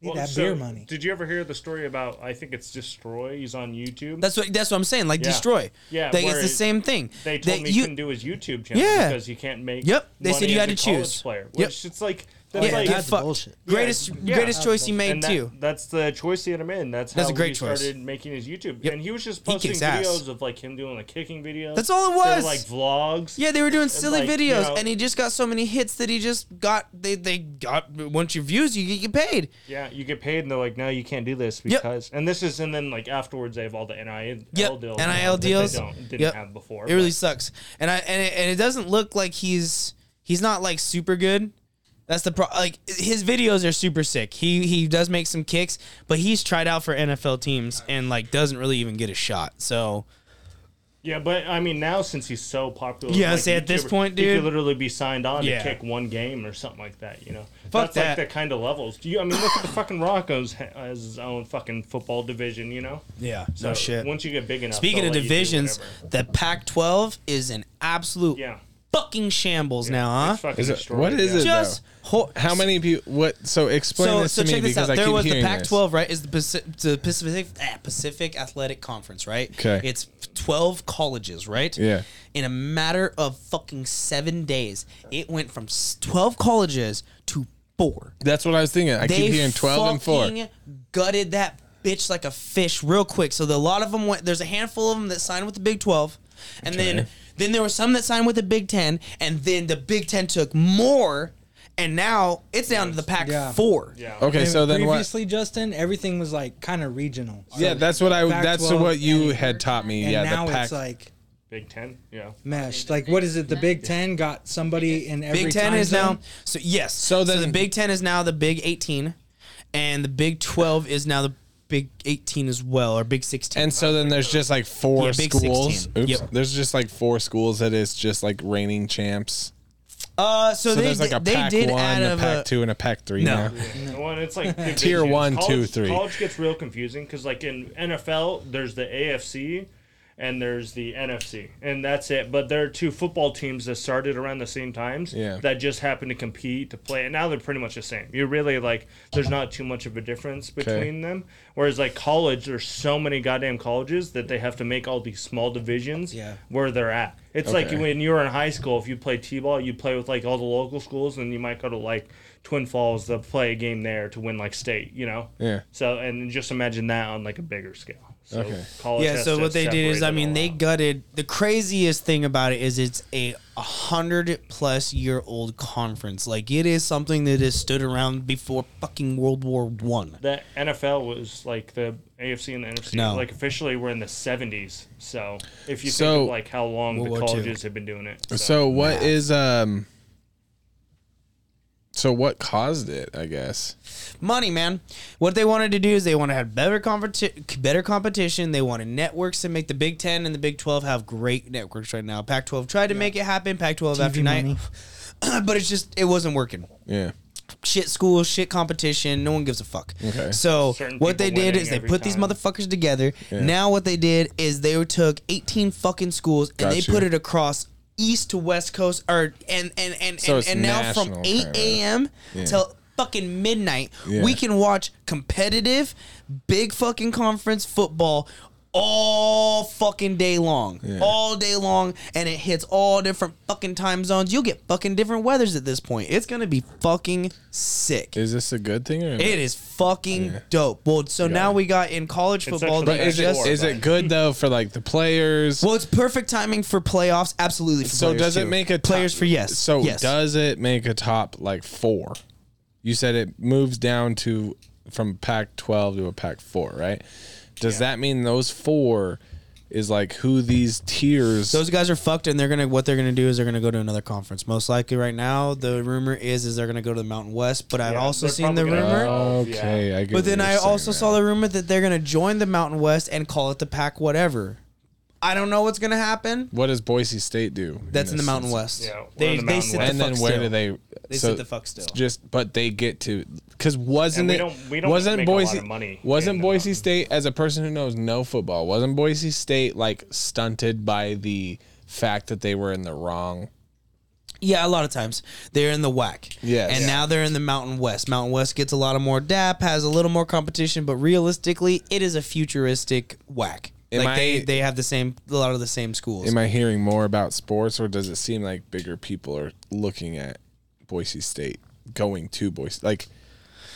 Need
Well,
that
so,
beer money.
Did you ever hear the story about? I think it's Destroy. He's on YouTube.
That's what that's what I'm saying. Like
Yeah.
destroy.
Yeah,
Like,
where
it's the
it-
same thing.
they
That
told me he
you-
couldn't do his YouTube channel
Yeah.
because he can't make.
Yep. They said
money
you
as
had
a
to
college
choose.
Player,
Yep.
which it's like that's
yeah,
like
get
that's
fucked.
bullshit. Yeah.
Greatest
Yeah.
greatest choice he made
and that-
too.
That's the choice he had him in. That's how
That's a great
he
choice.
started making his YouTube.
Yep.
And he was just
He
posting
kicks ass.
videos of like him doing like kicking videos.
That's all it
They were,
was.
like vlogs.
Yeah, they were doing silly
like, you
videos,
know-
and he just got so many hits that he just got they they got once your views, you get paid.
Yeah, you get paid, and they're like, "No, you can't do this
Yep.
because." And this is, and then like afterwards, they have all the NIL
Yep,
deals.
NIL
now that they
deals.
don't- didn't
Yep.
have before.
It really
but-
sucks, and I and it, and it doesn't look like he's he's not like super good. That's the pro. Like his videos are super sick. He he does make some kicks, but he's tried out for NFL teams and like doesn't really even get a shot. So
yeah, but I mean, now since he's so popular,
Yeah,
like,
see, at this
YouTuber,
point,
he
dude-
could literally be signed on
Yeah.
to kick one game or something like that. You know,
Fuck
that's
that.
like the kind of levels. Do you? I mean, look at the fucking Rocco's ha- has his own fucking football division. You know,
yeah,
so
no shit.
Once you get big enough.
Speaking
they'll
of
let you do
divisions,
whatever.
the Pac-12 is an absolute
yeah,
fucking shambles now, huh?
It's fucking
Is it-
destroyed,
what is
yeah.
it?
Just ho-
How many people? What? So explain
So,
this
so
to me
check this
because
out.
I
There
keep
was the
hearing
Pac-12, right? Is the Pacific, the Pacific ah, Pacific Athletic Conference, right?
'Kay.
It's twelve colleges, right?
Yeah.
In a matter of fucking seven days, it went from s- twelve colleges to four.
This. That's what I was thinking. I keep hearing twelve and four.
fucking Gutted that bitch like a fish real quick. So the, a lot of them went. There's a handful of them that signed with the Big Twelve, and then
Okay.
then there were some that signed with the Big Ten, and then the Big Ten took more, and now it's down to the Pac
Yeah.
four.
Yeah.
Okay,
And
so then what?
previously, Justin, everything was like kind of regional. So-
Yeah, that's what I. That's
Pac-12
what you
and-
had taught me.
and
yeah,
now
the Pac.
it's like
Big Ten. Yeah.
meshed. Like what is it? The Big Ten got somebody in every.
Big Ten
time
is
zone?
now so yes. So,
So
the
then-
Big Ten is now the Big Eighteen, and the Big Twelve is now the Big Eighteen as well, or Big Sixteen.
and so then there's just like four
Yeah, Big
schools.
16.
Oops.
Yep.
There's just like four schools that is just like reigning champs.
uh, so,
So
they
there's like a
they
pack
did
one,
add
a
of
pack
a,
two, and a pack three
No.
now.
Well, and it's like divisions.
Tier one,
college,
two, three.
College gets real confusing because, like in NFL, there's the AFC and there's the NFC, and that's it. But there are two football teams that started around the same times
Yeah.
that just happen to compete to play, and now they're pretty much the same. You really like there's not too much of a difference between them. Whereas like college, there's so many goddamn colleges that they have to make all these small divisions
Yeah.
where they're at. It's
Okay.
like when you were in high school, if you played t-ball, you play with like all the local schools, and you might go to like Twin Falls to play a game there to win like state. You know.
Yeah.
So and just imagine that on like a bigger scale. So
Okay.
college
yeah.
has
So
to
what they did is,
separate
I
it
mean,
all
they
out.
gutted the craziest thing about it is it's a hundred plus year old conference. Like it is something that has stood around before fucking World War One.
the NFL was like the AFC and the NFC.
No.
Like officially, we're in the seventies. So if you
So-
think of like how long
World
the
War Two.
colleges have been doing it.
So what is um? So what caused it? I guess.
money, man. What they wanted to do is they wanted to have better competi- better competition. They wanted networks to make the Big Ten and the Big Twelve have great networks right now. Pac twelve tried to make it happen. Pac twelve after night, but it's just it wasn't working.
Yeah.
Shit school, shit competition. No one gives a fuck.
Okay.
So
Certain
what they
people
did
winning
is they
every
put these
time.
motherfuckers together.
Yeah.
Now what they did is they took eighteen fucking schools and they
Gotcha.
put it across east to west coast, or and and and
So
and,
it's
and now from
national,
eight
kinda.
a.m.
Yeah.
till fucking midnight,
Yeah.
we can watch competitive, big fucking conference football all fucking day long.
Yeah.
All day long. And it hits all different fucking time zones. You'll get fucking different weathers at this point. It's going to be fucking sick.
Is this a good thing or?
It is fucking dope. Well, so now we got in college football.
actually
they
But is it
just-
is it good though for like the players?
well, it's perfect timing for playoffs. Absolutely. For
so
players,
does it
too.
make a top-
players for yes?
So
yes.
does it make a top like four? You said it moves down to from pack twelve to a pack four, right? Does that mean those four is like who these tiers.
Those guys are fucked, and they're gonna what they're gonna do is they're gonna go to another conference. Most likely, right now, the rumor is is they're gonna go to the Mountain West. But I've
Yeah,
also
they're
seen the
probably gonna-
rumor.
Oh,
okay, I get
But then
what
I
you're
also
saying
saw
now.
the rumor that they're gonna join the Mountain West and call it the Pack whatever. I don't know what's gonna happen.
What does Boise State do?
That's in the
this
Mountain
instance?
West.
Yeah, we're
they
in the
they
Mountain
sit
West.
the
and
fuck
then
still.
where do they?
They
so
sit the fuck still.
Just but they get to because
And
wasn't
we
it?
don't- we don't
wasn't
make a lot
Boise
of money in
Wasn't
the
Boise
mountain.
State as a person who knows no football? Wasn't Boise State like stunted by the fact that they were in the wrong?
Yeah, a lot of times they're in the whack.
Yes.
And
Yeah.
now they're in the Mountain West. Mountain West gets a lot of more DAP, has a little more competition, but realistically, it is a futuristic whack.
Am
like they,
I-
they have the same a lot of the same schools.
Am I hearing more about sports, or does it seem like bigger people are looking at Boise State going to Boise? Like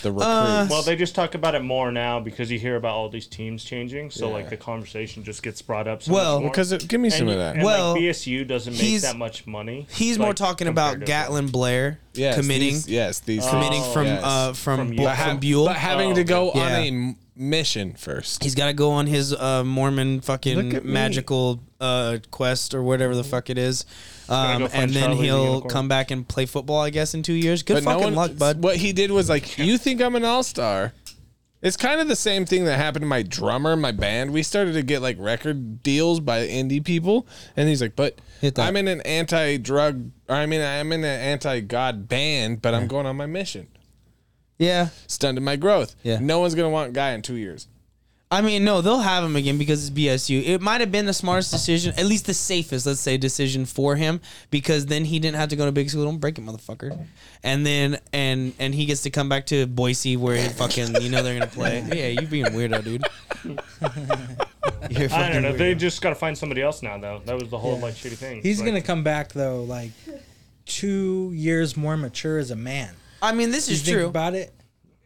the recruits.
Well, they just talk about it more now because you hear about all these teams changing. So like the conversation just gets brought up. So much
Well,
more.
because it- give me
And
some of
you-
that.
and,
Well,
like, BSU doesn't make
he's-
that much money.
He's more
like,
talking about
comparatively.
Gatlin Blair
yes,
committing
These, yes, these
committing
teams,
from,
yes.
uh, from
From
Bu-
Yale.
from
But ha-
Buell.
but having
Oh,
to go
okay.
on
Yeah.
a m- mission first.
He's got to go on his uh, Mormon
Look at me.
fucking magical uh, quest or whatever the fuck it is, um,
go find
and then
Charlie the
he'll
Unicorn.
come back and play football, I guess, in two years. Good
no
fucking
one-
luck, bud.
What he did was like, you think I'm an all star. It's kind of the same thing that happened to my drummer, in my band. We started to get like record deals by indie people, and he's like, "But
Hit that.
I'm in an anti-drug, or I mean, I'm in an anti-God band, but I'm going on my mission,
Yeah,
stunted my growth.
Yeah.
No one's gonna want guy in two years.
I mean, no, they'll have him again because it's BSU. It might have been the smartest decision, at least the safest, let's say, decision for him because then he didn't have to go to big school. Don't break it, motherfucker. And then and and he gets to come back to Boise where he fucking you know they're gonna play. Yeah, you being weirdo, dude. You're
I
fucking
don't know.
weirdo.
They just got to find somebody else now, though. That was the whole like shitty thing.
He's
Like,
gonna come back though, like two years more mature as a man.
I mean, this
You
is
think
true.
about it.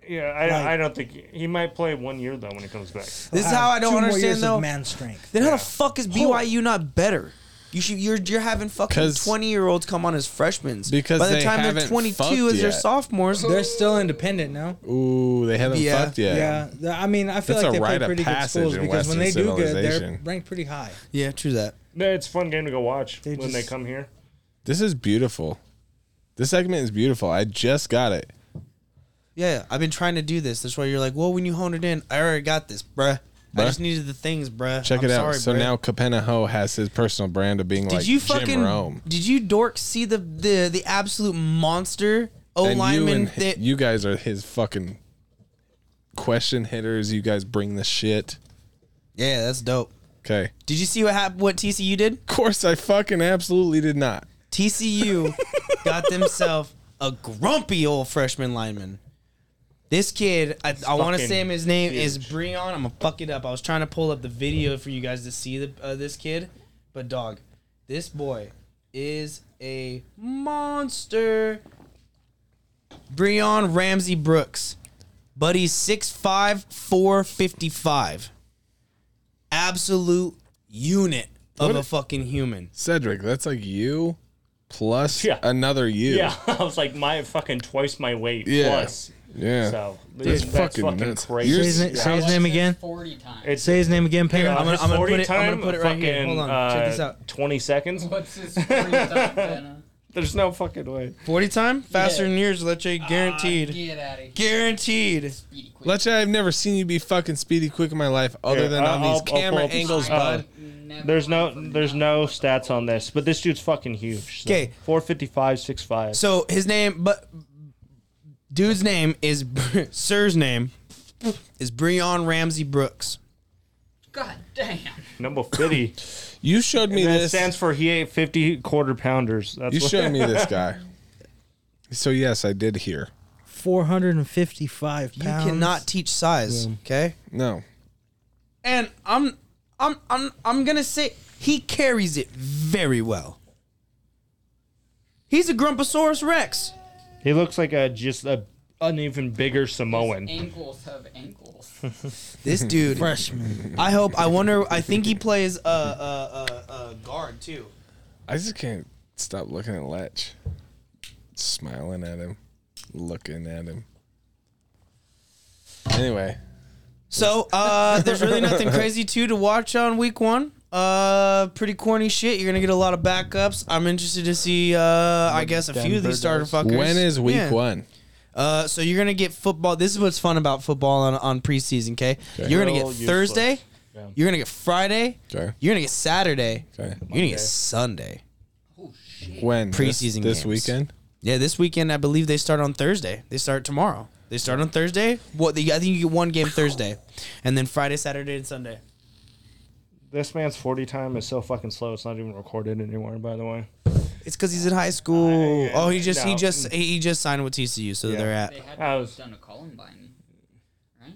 Yeah, I,
like-
I don't think he might play one year though when he comes back.
This is how I don't
Uh, two More
understand
years
though.
Of man strength.
Then how the fuck is BYU not better? You should you're you're having fucking
'Cause-
twenty year olds come on as freshmen.
Because
by the
they
time they're
haven't
twenty
fucked
two as their
yet.
sophomores,
They're still independent now.
Ooh, they haven't
Yeah.
fucked yet.
Yeah, th- I mean, I feel
That's a
like they
rite
play
of
pretty good
passage
schools
in
because when they
Western
do good, they're
civilization.
ranked pretty high.
yeah, true that.
No, it's a fun game to go watch
They
when they
just-
come here.
This is beautiful. This segment is beautiful. I just got it.
Yeah, yeah, I've been trying to do this. That's why you're like, well, when you hone it in, I already got this, bruh. I
Bruh.
just needed the things, bruh.
Check
I'm
it out.
sorry,
so
bruh."
now Capenna Ho has his personal brand of being
did
like
you
Jim
fucking
Rome.
did you dork see the the the absolute monster O
And you
lineman?
and
that-
you guys are his fucking question hitters. You guys bring the shit.
yeah, that's dope.
Okay.
Did you see what happened? What TCU did?
Of course, I fucking absolutely did not.
TCU got themselves a grumpy old freshman lineman. This kid, I, I want to
fucking
say him, his name is
huge.
Breon. I'm gonna fuck it up. I was trying to pull up the video for you guys to see the, uh, this kid, but dog, this boy is a monster. Breon Ramsey Brooks, but he's 6'5", 455. Absolute unit of a fucking human.
Cedric, that's like you plus
Yeah.
another you.
Yeah, I was like my fucking twice my weight
Yeah.
plus.
Yeah.
So
That's
that's,
fucking
fucking,
nuts.
crazy.
You're-
Say his, na-
Yeah.
say his name again.
Forty times.
It's
Say his name again, Pam.
I'm
gonna-
gonna,
I'm gonna
put
put it-
it.
I'm
Time,
gonna put it right
fucking,
here. Hold on, check
uh,
this out.
Twenty seconds.
What's his 40 times, Benna?
There's no fucking way.
40 time? Faster
Yeah.
than yours, let you guaranteed.
Ah, get out of here.
Guaranteed.
Speedy quick.
Let's say I've never seen you be fucking speedy quick in my life other
Yeah, uh,
than on
I'll-
these
I'll pull
camera
up-
angles,
uh,
bud.
Never
There's no,
mind.
there's no stats on this, but this dude's fucking huge.
'Kay.
four fifty five, six five.
So his name, but dude's name is, sir's name is Breon Ramsey Brooks.
God damn.
Number fifty.
You showed me
that
this.
stands for he ate fifty quarter pounders. That's
You
what-
showed me this guy. So yes, I did hear.
455
You
pounds.
cannot teach size, okay?
No.
And I'm, I'm, I'm, I'm gonna say he carries it very well. He's a Grumposaurus Rex.
He looks like a just a an even bigger Samoan.
Ankles have ankles.
This dude,
freshman.
I hope, I wonder, I think he plays a uh, uh, uh, uh, guard too.
I just can't stop looking at Letch. Smiling at him. Looking at him. Anyway.
So uh, there's really nothing crazy too to watch on week one. Uh, pretty corny shit. You're gonna get a lot of backups. I'm interested to see. Uh, I guess a few of
Denver
these starter
does.
fuckers.
When is week
Yeah.
one?
Uh, so you're gonna get football. This is what's fun about football on, on preseason. Okay, you're gonna get
Real useless.
Thursday.
Yeah.
You're gonna get Friday.
Okay.
You're gonna get Saturday.
Okay.
You're gonna get Sunday.
Oh shit.
When This-
Preseason
this,
games.
weekend?
Yeah, this weekend I believe they start on Thursday. They start tomorrow. They start on Thursday. What? The, I think you get one game Thursday, and then Friday, Saturday, and Sunday.
This man's 40 time is so fucking slow. It's not even recorded anymore, by the way.
It's because he's in high school.
I-
oh, he just he
no.
just he just signed with TCU, so
Yeah.
they're at.
They had
I was-
done a Columbine, right?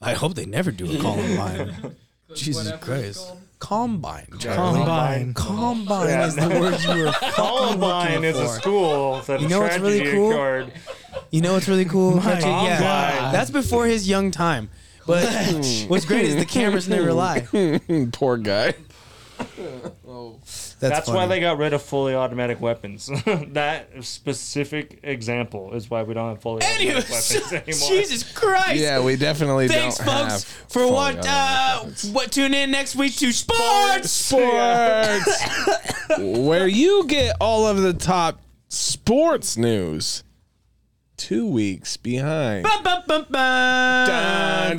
I hope they never do a Columbine. Jesus
Whatever it's
Christ.
called.
Combine. Charlie.
Combine.
Combine
Yeah,
is the word you were fucking
Columbine
looking
is a
for.
school that
You know what's really
tragedy
cool?
occurred.
You know what's really cool? That's it, yeah.
God.
That's before his young time. But what's great is the cameras never lie.
Poor guy.
That's,
That's, why
funny.
they got rid of fully automatic weapons. that specific example is why we don't have fully automatic weapons
Anyway,
anymore.
Jesus Christ.
Yeah, we definitely
Thanks,
don't
folks,
have
for
fully
what uh,
automatic
what tune in next week to sports.
weapons. sports, where you get all of the top sports news. Two weeks behind.
Bum, bum, bum, bum.
Dun, dun,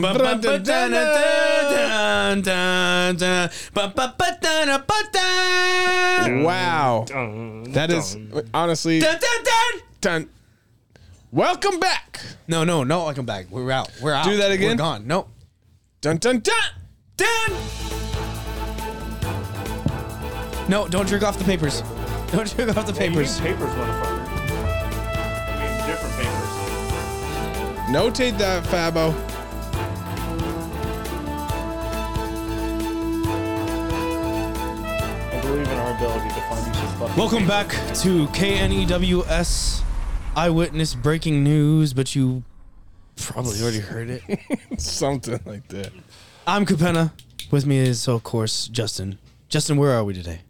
Bum, bum, bum, dun, dun, dun, dun, dun. Bum, bum, bum, dun, uh, bum, dun.
Wow,
Dun,
that is
dun.
honestly
Dun, dun, dun.
done. Welcome back.
No, no, no! I come back. We're out. We're out.
Do that again?
We're gone. No.
Dun dun dun.
Dun. No, don't jerk off the papers. Don't jerk off the
Hey, you
papers.
need papers, motherfucker. I mean, different papers.
Notate that, Fabo.
I believe in our ability to find these fucking.
Welcome back to KNEWS Eyewitness Breaking News, but you probably already heard it.
Something like that.
I'm Capenna. With me is, of course, Justin. Justin, where are we today?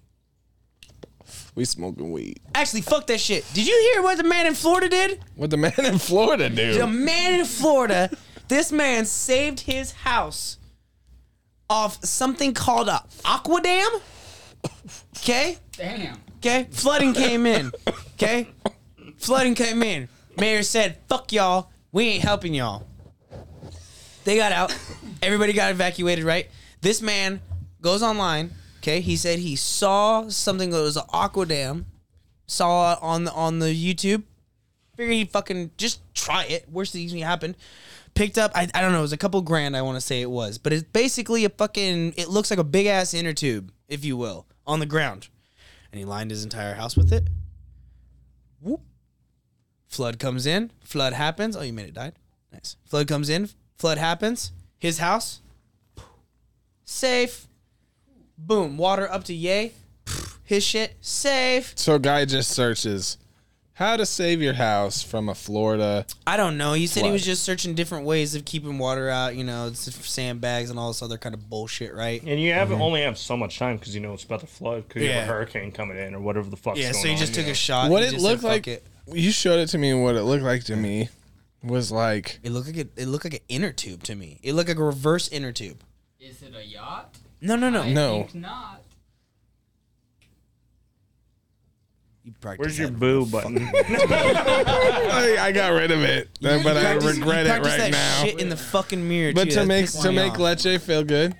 We smoking weed.
Actually, fuck that shit. Did you hear what the man in Florida did?
What the man in Florida
The
do?
man in Florida, this man saved his house off something called a aqua dam. Okay?
Damn.
Okay? Flooding came in. Okay? Flooding came in. Mayor said, fuck y'all. We ain't helping y'all. They got out. Everybody got evacuated, right? This man goes online. Okay? He said he saw something that was an aqua dam. Saw it on the on the YouTube. Figured he'd fucking just try it. Worst thing can happen. Picked up, I, I don't know, it was a couple grand, I want to say it was. But it's basically a fucking, it looks like a big ass inner tube, if you will, on the ground and he lined his entire house with it. Whoop. Flood comes in. Flood happens. Oh, you made it died. Nice. Flood comes in. Flood happens. His house. Safe. Boom. Water up to yay. His shit. Safe.
So guy just searches how to save your house from a Florida.
I don't know. He said he
Flood.
was just searching different ways of keeping water out, you know, s- sandbags and all this other kind of bullshit, right?
And you have only have so much time because you know it's about to flood because you
Yeah.
have a hurricane coming in or whatever the fuck's
Yeah,
going
so he
on,
just
you
took
know.
a shot.
what
Uh, He
it
just said,
looked
"Fuck
like.
It.
You showed it to me. and What it looked like to me was like
it looked like a, it looked like an inner tube to me. It looked like a reverse inner tube.
Is it a yacht?
No, no, no.
I
No.
Think not.
You practice
Where's your
that.
boo button?
I, I got rid of it, but I
Practice- you
regret it
practice that
right now.
Shit in the fucking mirror.
But
too.
to
That
make
pisses
to
me
make
off.
Leche feel good,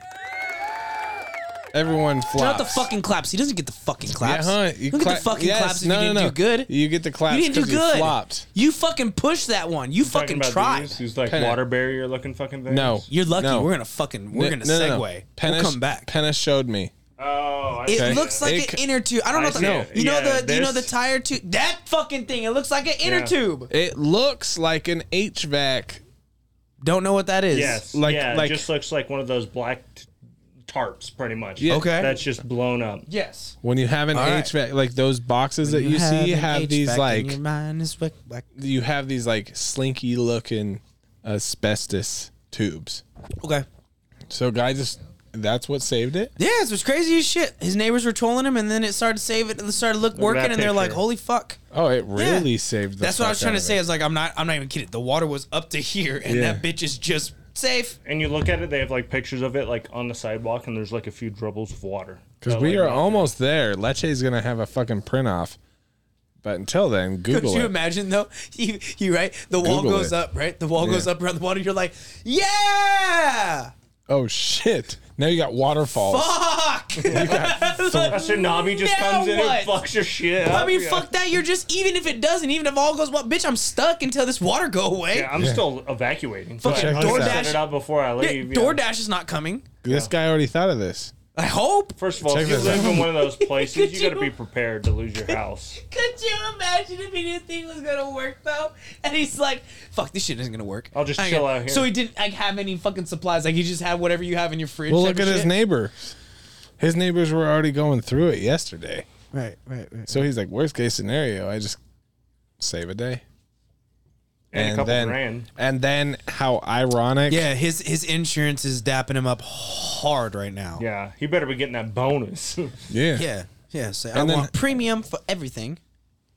everyone flops.
not the fucking claps. He doesn't get the fucking claps.
Yeah, huh? You
don't
cla-
get the fucking
Yes,
claps if
no,
you didn't
no, no.
do good. You,
You get the claps
didn't do
'cause you
good.
flopped.
fucking pushed that one. You fucking
about
tried.
These, these like
Pennant.
water barrier looking fucking things.
No,
You're lucky.
No.
We're gonna fucking we're
No,
gonna
no,
segue.
no, no.
we'll
Pennis-
come back.
Pennis showed me.
Oh, I
it
see.
looks like
It
an
c-
inner tube. I don't
I
know. The,
see it.
You know
Yeah,
the you know the
this-
tire tube. That fucking thing. It looks like an inner
Yeah.
tube.
It looks like an HVAC.
Don't know what that is.
Yes.
like-
yeah,
like-
it just looks like one of those black t- tarps, pretty much.
Yeah.
Okay.
That's just blown up.
Yes.
When you have an
All right.
HVAC, like those boxes that you, see have these like
Your mind is whack, whack.
you have these like slinky looking asbestos tubes.
Okay.
So guy just that's what saved it.
Yeah, it was crazy as shit. His neighbors were trolling him, and then it started save it. It started look,
at
working,
that
and they're like,
picture.
"Holy fuck!"
Oh, it really saved. The
That's what I was
fuck
trying
out
to
of
say. I
it.
was like, "I'm not. I'm not even kidding. The water was up to here, and
Yeah.
that bitch is just Safe.
And you look at it, they have like pictures of it like on the sidewalk, and there's like a few dribbles of water.
Because
That,
we are
like,
almost there. Leche's gonna have a fucking print off. But until then, Google
Could you
it.
imagine though? You, you right? The wall
Google
goes
it.
up, right? The wall goes
Yeah.
up around the water. You're like, yeah,
oh shit! Now you got waterfalls.
fuck.
a tsunami just
Now
comes in
what?
and fucks your shit up.
I mean,
yeah.
fuck that. You're just even if it doesn't, even if all goes well, bitch, I'm stuck until this water go away.
Yeah, I'm still evacuating.
Fucking
but I'll
check this
set
out.
it up before I
Yeah,
leave. yeah.
DoorDash is not coming.
This guy already thought of this.
I hope.
First of all,
Check
if you
this
live
out.
in one of those places,
Could
you got to
you-
be prepared to lose your house.
Could you imagine if he didn't think it was gonna work though? And he's like, "Fuck, this shit isn't gonna work."
I'll just
I ain't
chill
gonna-
out here.
So he didn't like have any fucking supplies. Like he just had whatever you have in your fridge.
Well,
type
look
of
at his
shit.
neighbors. His neighbors were already going through it yesterday.
Right, right, right.
So he's like, worst case scenario, I just save a day.
And, a couple
then,
grand.
and then how ironic.
Yeah, his his insurance is dapping him up hard right now.
Yeah, he better be getting that bonus.
Yeah.
yeah, yeah. So I
And then-
want premium for everything.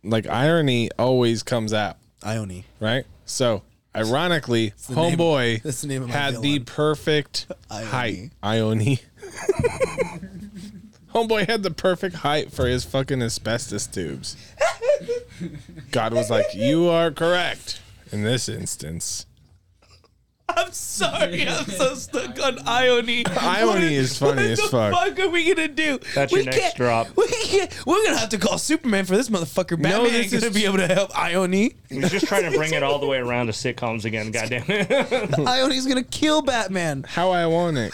Like irony always comes out,
Ioni.
right? So ironically,
the name-
homeboy
that's the name of my
had the
villain.
perfect
Ione.
height. Ione. homeboy had the perfect height for his fucking asbestos tubes. God was like, you are correct in this instance.
I'm sorry, I'm so stuck on Ioni.
Ione
What
is funny
what
as
the
fuck.
are we gonna do?
That's
we
your next
can't-
drop.
We can't, we're gonna have to call Superman for this motherfucker. Batman
this
ain't
is-
gonna be able to help Ione.
He's just trying to bring it all the way around to sitcoms again. Goddamn it!
Ione's gonna kill Batman.
How ironic.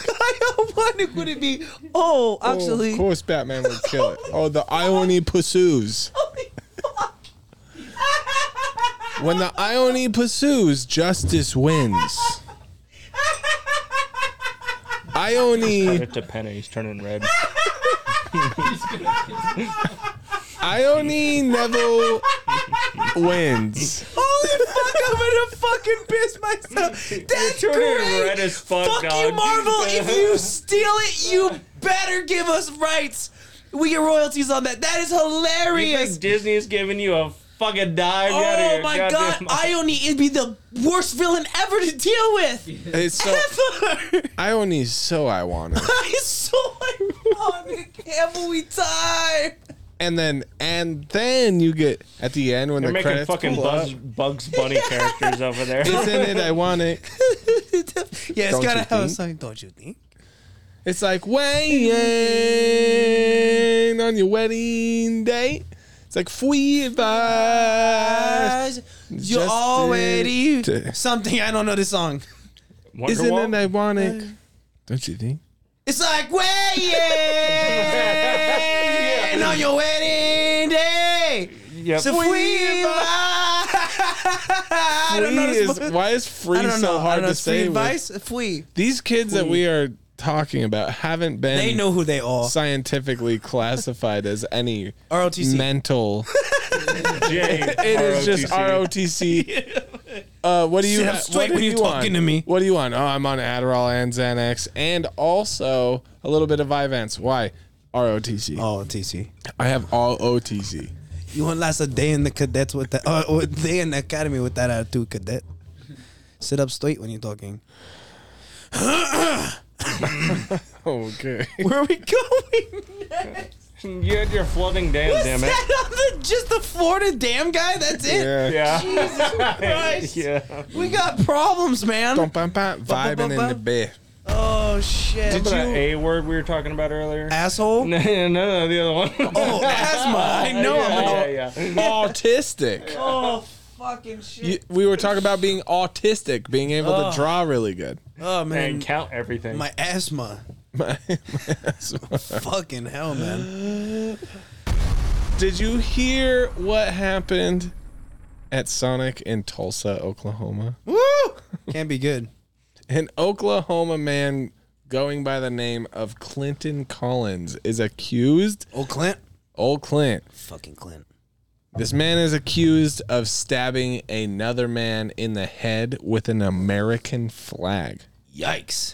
Ione would it be? Oh, actually,
Oh, of course, Batman would kill it. Oh, the Ione pursues.
holy fuck.
When the Ione pursues, justice wins. Ione,
It's a penny. He's turning red.
Ione Neville wins.
Holy fuck, I'm gonna fucking piss myself. That's
Turning
great.
red as fuck,
Fuck you,
dog.
Marvel. if you steal it, you better give us rights. We get royalties on that. That is
You
hilarious.
think Disney is giving you a fucking dime? out of
Oh
here.
my god,
Goddamn.
Ione would be the worst villain ever to deal with.
It's so
Ever.
Ione's so ironic.
It's so ironic. Campbell, we tie.
And then, and then you get at the end when
They're
the
making
credits
fucking
pull
Buzz,
up.
Bugs Bunny characters over there.
Isn't it ironic?
Yeah, it's
Don't
gotta
you
have a
think?
song. Don't you think?
It's like Wayne on your wedding date. It's like Fui Vibes.
Guys, you
Just
already
it.
something. I don't know this song.
Wonder
Isn't
Woman?
it ironic? Don't you think?
It's like waiting on your wedding day.
Yep.
So free I don't know
Free
this
is,
mo-
why is free
I don't
so
know. I
hard
don't know.
to
It's free
say? with-
advice. Free.
These kids that we are talking about haven't been
They know who they are.
scientifically classified as any
ROTC.
mental.
J.
It is just
ROTC.
ROTC. Uh, what do you
Sit up
ha-
straight
what
when
are
you're
you on?
talking to me.
What do you on? Oh, I'm on Adderall and Xanax, and also a little bit of Vyvanse. Why? ROTC.
Oh, TC.
I have all OTC.
You won't last a day in the cadets with that, uh, or a day in the academy with that attitude, cadet. Sit up straight when you're talking.
Okay.
Where are we going next?
You had your flooding dam, damn it.
that on the, just the Florida Dam guy? That's it?
Yeah.
Yeah.
Jesus Christ.
Yeah.
We got problems, man.
Bum, bum, bum, vibing in the
bum.
bed.
Oh, shit.
Remember that A word we were talking about earlier?
Asshole?
No, no, no, the other one.
Oh, asthma. I know. I'm
yeah,
all-
yeah, yeah.
Autistic.
Oh, fucking shit.
You- we were talking about being autistic, being able
Oh.
to draw really good.
oh, man.
And count everything.
My asthma.
My- my ass.
Fucking hell, man.
Did you hear what happened at Sonic in Tulsa, Oklahoma?
Woo! Can't be good.
An Oklahoma man going by the name of Clinton Collins is accused.
Oh, Clint.
Old Clint.
Fucking Clint.
This man is accused of stabbing another man in the head with an American flag.
Yikes.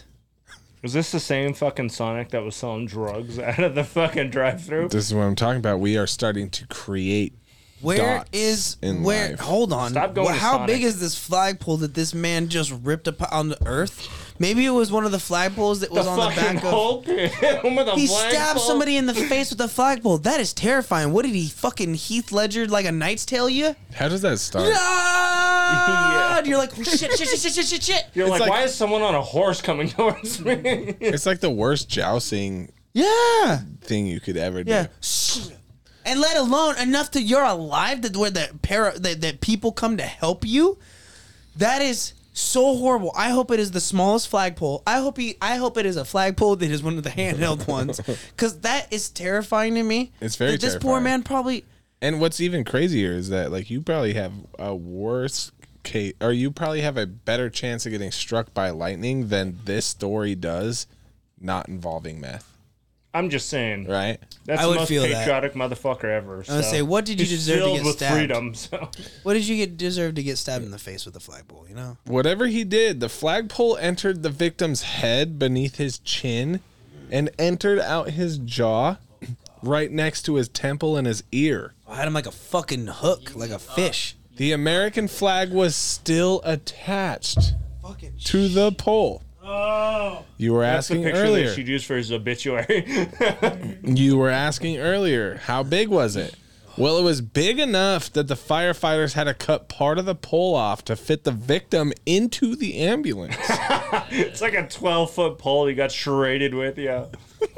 Was this the same fucking Sonic that was selling drugs out of the fucking drive-through?
This is what I'm talking about. We are starting to create
Where
Dots
is
in
where?
life.
Hold on.
Stop going
Wha-
to
How
Sonic.
big is this flagpole that this man just ripped up on the earth? Maybe it was one of the flagpoles that
The
was on the
fucking
back of.
Hulk. Him with a
He
flag
stabbed
pole.
somebody in the face with a flagpole. That is terrifying. What did he fucking Heath Ledger like a knight's tale you?
How does that start?
Ah! You're like, shit, shit, shit, shit, shit, shit, shit.
You're like,
like-
why is someone on a horse coming towards me?
It's like the worst jousting
Yeah.
thing you could ever do.
Yeah. And let alone enough that you're alive that where that para that, that people come to help you. That is so horrible. I hope it is the smallest flagpole. I hope he I hope it is a flagpole that is one of the handheld ones. Cause that is terrifying to me.
It's very
that this poor
terrifying.
man probably
And what's even crazier is that like you probably have a worse case, or you probably have a better chance of getting struck by lightning than this story does, not involving meth.
I'm just saying.
Right?
That's
I
the
would
most
feel that.
patriotic motherfucker ever.
I would
so.
say, what did you
He's
deserve to
filled
get
with
stabbed?
freedom. So.
what did you get deserve to get stabbed in the face with a flagpole, you know?
Whatever he did, the flagpole entered the victim's head beneath his chin, and entered out his jaw, right next to his temple and his ear.
I had him like a fucking hook, like a fish.
The American flag was still attached
Fucking
to the pole.
Oh,
You were
that's the
asking
picture
earlier.
they should use for his obituary.
You were asking earlier, how big was it? Well, it was big enough that the firefighters had to cut part of the pole off to fit the victim into the ambulance.
it's like a 12 foot pole he got charaded with. Yeah.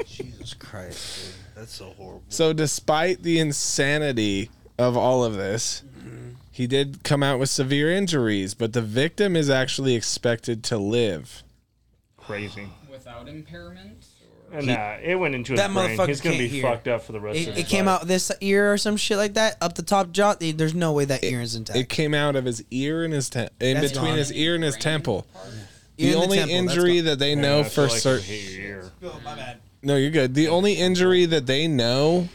Jesus Christ, dude. That's so horrible.
so, despite the insanity of all of this, he did come out with severe injuries, but the victim is actually expected to live.
Crazy.
without impairment. Or
And nah, it went into his
That
brain.
motherfucker
He's gonna be
can't hear.
fucked up for the rest of
It,
his
it came
life.
out this ear or some shit like that up the top jaw. There's no way that ear is intact.
It came out of his ear and his te- in
That's
between
gone.
his ear and his temple.
Ear
The
in the
only
temple, that's
injury
gone.
that they
Yeah,
know
I feel
for
like
certain
here.
No, you're good. The only injury that they know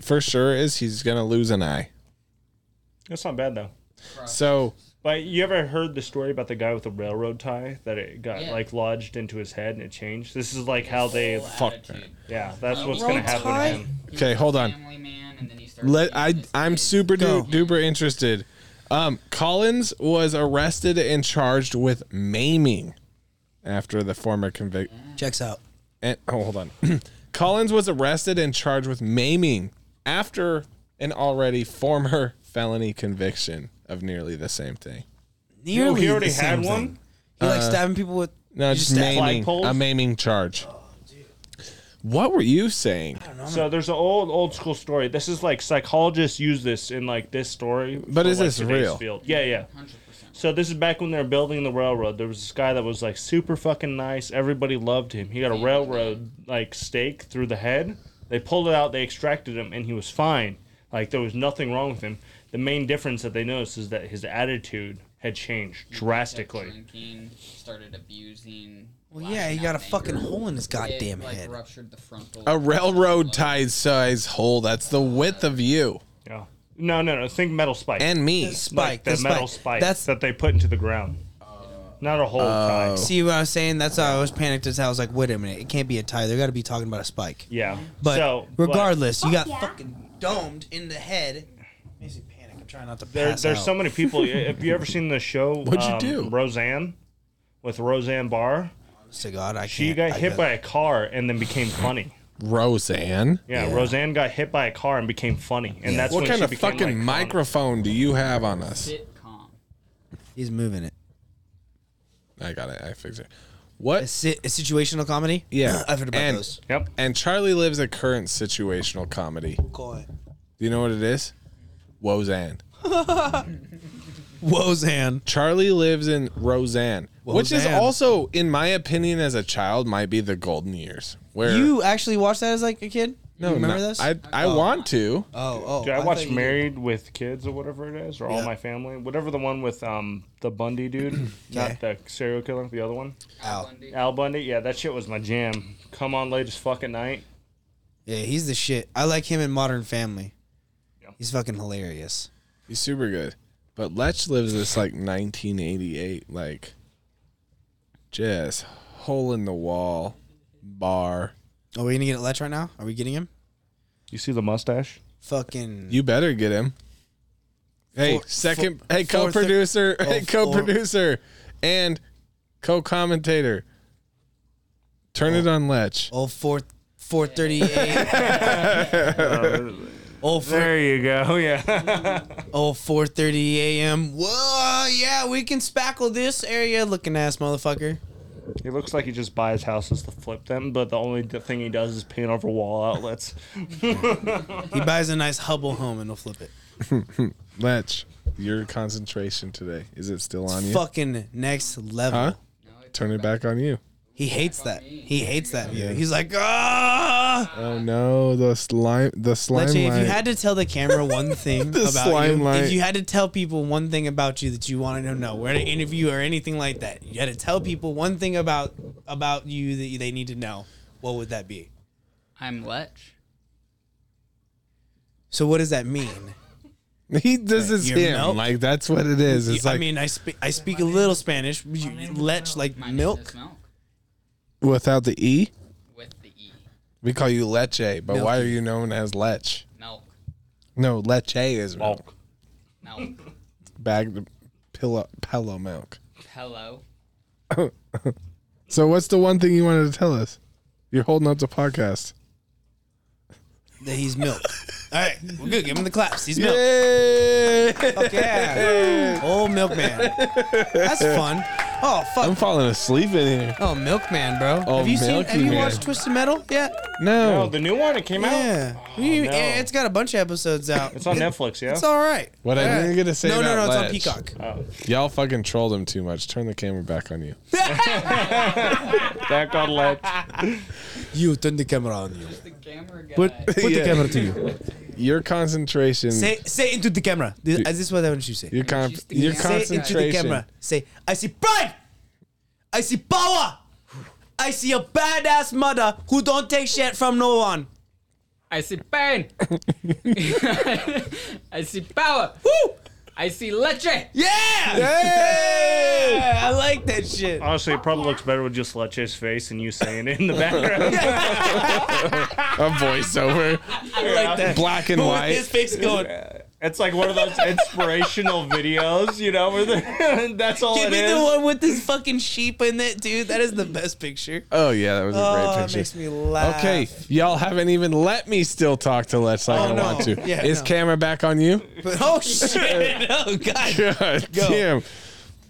for sure is he's gonna lose an eye.
That's not bad though.
So
But you ever heard the story about the guy with the railroad tie that it got
Yeah.
like lodged into his head and it changed? This is like how they.
fuck.
attitude.
Yeah, that's what's
Railroad
gonna happen
tie?
to him.
He
Okay,
was a
hold on.
Family man, and then he started
let
being
I
this
I'm
kid.
super
Go.
du- duper interested. Um, Collins was arrested and charged with maiming after the former convict.
Checks out.
And, oh, hold on. Collins was arrested and charged with maiming after an already former felony conviction of nearly the same thing.
Nearly
he already
the same
had
thing.
one?
He
Uh,
like stabbing people with.
No,
You Oh,
it's
just have
maiming.
flagpoles?
A maiming charge. What were you saying?
So there's an old old school story. This is like psychologists use this in like this story.
But
for,
is
like,
this
today's
real?
Field. Yeah, yeah.
100%.
So this is back when they were building the railroad. There was this guy that was like super fucking nice. Everybody loved him. He got a railroad like stake through the head. They pulled it out. They extracted him, and he was fine. Like there was nothing wrong with him. The main difference that they noticed is that his attitude had changed drastically.
Drinking, started abusing.
Well, yeah, he got a fucking hole in his
It,
goddamn
like,
head.
ruptured the frontal.
A railroad tie size hole. That's the width of you
Yeah. No, no, no. Think metal spike.
and me.
Spike.
like the
the
metal
spike.
spike,
That's
that they put into the ground. Not a whole
Oh.
tie.
see what I was saying. That's how I was panicked. As I was like, wait a minute, it can't be a tie. They got to be talking about a spike.
Yeah.
But
so but-
regardless, you got fucking domed in the head. Makes me panic. I'm trying not to.
There,
pass
there's
out.
so many people. Have you ever seen the show? um,
What'd you do?
Roseanne, with Roseanne Barr.
Honest to God, I
She
can't.
got
I
hit
got-
by a car and then became funny.
Roseanne.
Yeah, Roseanne got hit by a car and became funny, and that's
What
when
kind
she
of
became,
fucking
like, funny.
microphone do you have on us?
sitcom.
He's moving it.
I got it. I fixed it.
A,
What?
si- a situational comedy.
Yeah.
I've heard about
and,
those.
Yep.
And Charlie lives a current situational comedy. Do you know what it is? Roseanne.
Wozan.
Charlie lives in Roseanne, which is
Roseanne.
also, in my opinion, as a child, might be the golden years. Where
You actually watched that as like a kid?
no,
you remember
no,
this?
I I want to.
oh, oh.
Dude, I,
thought
watched
you-
Married with Kids or whatever it is, or All
Yeah.
My Family, whatever the one with um the Bundy dude, not the serial killer, the other one,
Ow.
Bundy.
Al Bundy. Yeah, that shit was my jam. Come on, late as fuck at night.
Yeah, he's the shit. I like him in Modern Family.
Yeah.
He's fucking hilarious.
He's super good. But Letch lives this like 1988, like just hole in the wall bar.
Are we gonna get Letch right now? Are we getting him?
You see the mustache?
Fucking.
You better get him. Hey,
Four-
second,
four-
hey,
four thir-
co-producer,
Oh,
hey,
four-
co-producer, and co-commentator. Turn it on Letch.
Oh, four, 438. oh, four,
there you go. Yeah.
oh, 4.30 a.m. Whoa, yeah, we can spackle this area looking ass motherfucker.
he looks like he just buys houses to flip them, but the only d- thing he does is paint over wall outlets.
He buys a nice Hubble home and he'll flip it.
Letch, your concentration today. Is it still on you?
Fucking next level.
Huh?
No, it's
Turn it back on you.
He hates that. He hates that view.
Yeah.
He's like, ah.
Oh no, the slime the slime
Leche, if you
light.
had to tell the camera one thing
The
about
slime
you,
light.
if you had to tell people one thing about you that you wanted to know, we're in an interview or anything like that, you had to tell people one thing about about you that they need to know. What would that be?
I'm Lech.
So what does that mean?
he this is
You
him.
milk?
Like that's what it is. It's like
I mean, I speak I speak a little Spanish. but you- Lech like
My name
milk.
is Milk
without the E,
with the E.
we call you Leche, but why are you known as Lech?
Milk.
No, Leche
Oh.
is milk.
Milk.
Bagged pillow pillow milk.
Hello.
So what's the one thing you wanted to tell us? You're holding up the podcast.
That he's milk. All right, we're good. Give him the claps. He's milk.
Yay!
Yeah. Old milkman. That's fun. Oh fuck.
I'm falling asleep in here.
Oh, Milkman, bro.
Oh,
have you seen? Have
Milky
you
Man.
watched Twisted Metal yet?
No.
Oh, the new one. It came out.
Yeah, You-
Oh, no.
it's got a bunch of episodes out.
It's on Netflix. Yeah.
It's all right.
What I didn't get to say
No, no, no.
about Ledge.
It's on Peacock.
Y'all fucking trolled him too much. Turn the camera back on you.
Back on Lech.
You turn the camera on you.
The camera guy.
Put
Yeah.
the camera to you.
Your concentration.
Say, say into the camera. This, is this what I want you to say?
your con-
She's the
your
camera.
say into the
concentration.
camera. Say, I see pride. I see power. I see a badass mother who don't take shit from no one.
I see pain. I see power.
Woo!
I see leche.
Yeah! Yeah, I like that shit.
Honestly, it probably looks better with just Leche's face and you saying it in the background.
A voiceover,
I like that.
black and
His
white.
face going.
It's like one of those inspirational videos, you know, where the, that's all
Give
it
me
is.
the one with this fucking sheep in it, dude. That is the best picture.
Oh yeah, that was a
Oh,
great
that
picture.
makes me laugh.
Okay, y'all haven't even let me still talk to Let's like
Oh,
I
no.
want to.
Yeah,
Is
no.
camera back on you?
But, oh shit! Oh god!
God
Go.
damn.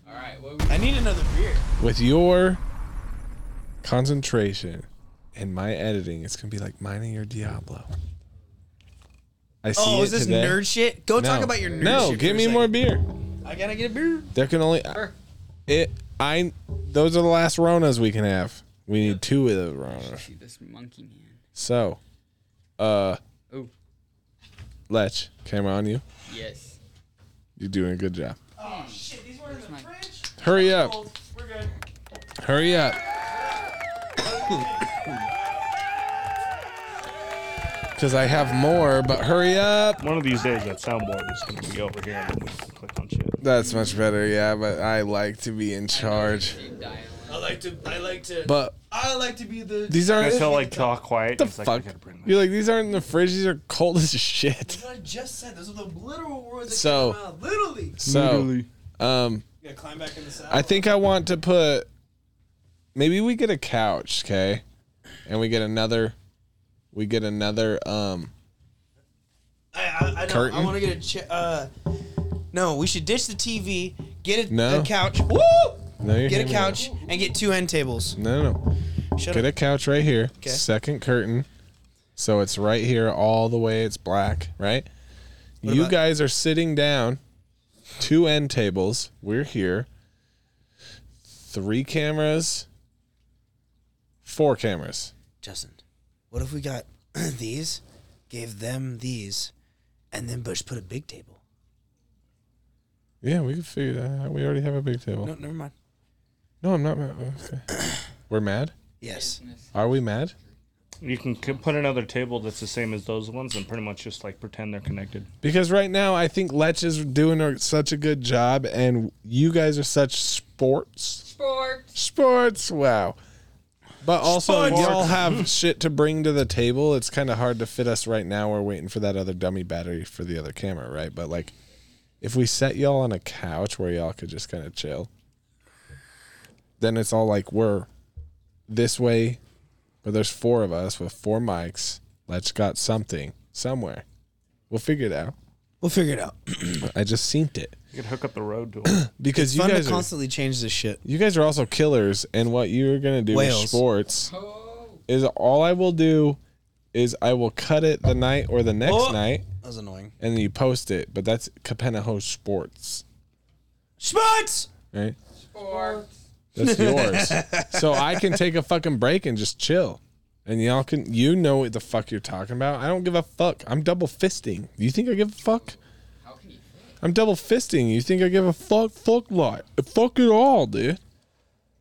All right. What
I need another beer.
With your concentration and my editing, it's gonna be like mine and your Diablo. I see
Oh,
it
is this
today.
nerd shit? Go talk
No.
about your nerd
No,
shit. for
give
a
me
second.
more beer.
I gotta get a beer.
There can only it. I those are the last Ronas we can have. We need two of the Ronas.
see this monkey man?
So, uh,
Oh,
Lech, camera on you.
yes.
You're doing a good job.
Oh, Shit, these were in the
my-
fridge.
Hurry up. Hurry up. Because I have more, but hurry up.
One of these days, that soundboard is going to be over here, and then we can click on shit.
That's much better, yeah, but I like to be in charge.
Deep dial.
I like to. I like to.
But
I like to be the.
these aren't.
That's how like talk quiet.
the
It's like, I
fuck?
gotta bring my-
You're like, these aren't in the fridge. These are cold as shit.
what I just said. Those are the literal words that
So-
came out. Literally.
So, um,
You gotta climb back in the saddle.
I think I want to put. Maybe we get a couch, okay, and we get another. We get another. Um,
I, I, I, don't- I
Curtain?
want to get a chair. Uh, no, we should ditch the TV, get a,
No.
a couch. Woo!
no, you're
Get a
handing it.
couch and get two end tables.
No, no, no.
Shut
Get
up.
a couch right here.
Okay.
Second curtain. So it's right here all the way. It's black, right? you
about-
guys are sitting down. Two end tables. We're here. Three cameras. Four cameras.
Justin, what if we got these, gave them these, and then Bush put a big table?
Yeah, we can figure that out. We already have a big table.
No, never mind.
No, I'm not mad. Oh, Okay. We're mad?
Yes.
Are we mad?
You can c- put another table that's the same as those ones, and pretty much just like pretend they're connected.
Because right now, I think Lech is doing a- such a good job, and you guys are such sports.
Sports.
Sports, wow. But also,
Sports.
y'all have shit to bring to the table. It's kind of hard to fit us right now. We're waiting for that other dummy battery for the other camera, right? But like, if we set y'all on a couch where y'all could just kind of chill, then it's all like we're this way But there's four of us with four mics. Let's got something somewhere. We'll figure it out.
We'll figure it out.
I just synced it
You could hook up the road to it.
because you
Fun to
guys are,
constantly change this shit.
you guys are also killers, and what you're gonna do with
Whales.
sports
Oh,
is all I will do is I will cut it the night or the next
Oh.
night,
That was annoying.
and then you post it. But that's Capenaho Sports,
Sports.
right?
four.
That's yours. so I can take a fucking break and just chill. And y'all can you know what the fuck you're talking about. I don't give a fuck. I'm double fisting. You think I give a fuck?
How can you?
I'm double fisting. You think I give a fuck fuck lot. Fuck it all, dude.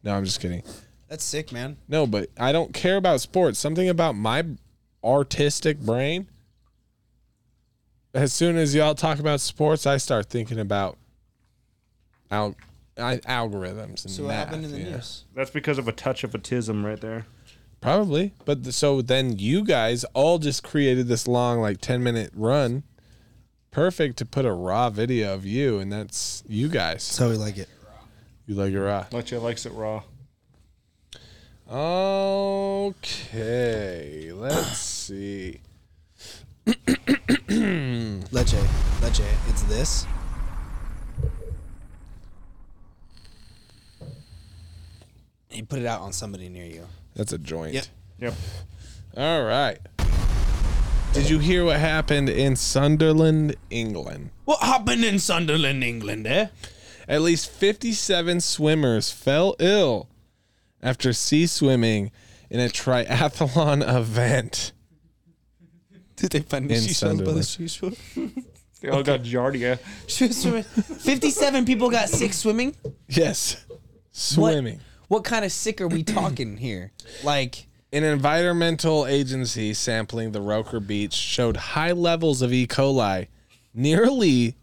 No, I'm just kidding.
That's sick, man.
No, but I don't care about sports. Something about my artistic brain. As soon as y'all talk about sports, I start thinking about al- I, algorithms and
So what
math,
happened in the
yeah.
news?
That's because of a touch of autism right there.
Probably. But th- so then you guys all just created this long, like 10 minute run. Perfect to put a raw video of you, and that's you guys.
So we like it.
You like it raw.
Leche likes it raw.
Okay. Let's see.
Leche, Leche, it's this. And you put it out on somebody near you.
That's a joint.
Yep.
Yep.
All right. Did you hear what happened in Sunderland, England?
What happened in Sunderland, England, eh?
At least 57 swimmers fell ill after sea swimming in a triathlon event.
Did they find
In Sunderland.
seashore?
They all got giardia.
She was swimming. 57 people got sick swimming.
Yes. Swimming.
What kind of sick are we talking here? Like,
An environmental agency sampling the Roker Beach showed high levels of E. coli, nearly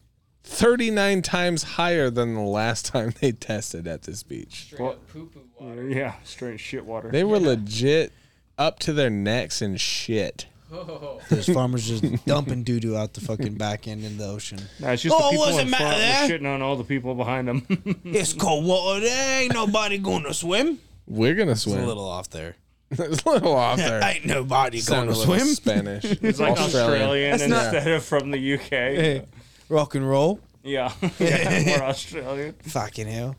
39 times higher than the last time they tested at this beach.
Straight up poo poo water.
Yeah, straight shit water.
They were legit up to their necks in shit.
Oh,
there's farmers just dumping doo doo out the fucking back end in the ocean.
Nah, it's just
Oh,
the people
wasn't
in front
mad
were shitting on all the people behind them.
It's cold water. There ain't nobody gonna swim.
We're going to swim.
A little off there.
it's a little off there.
Ain't nobody
Sound
gonna
a little
swim.
Spanish.
it's like Australian,
That's not-
instead of from the UK.
Rock and roll.
Yeah. yeah, we're Australian.
Fucking hell.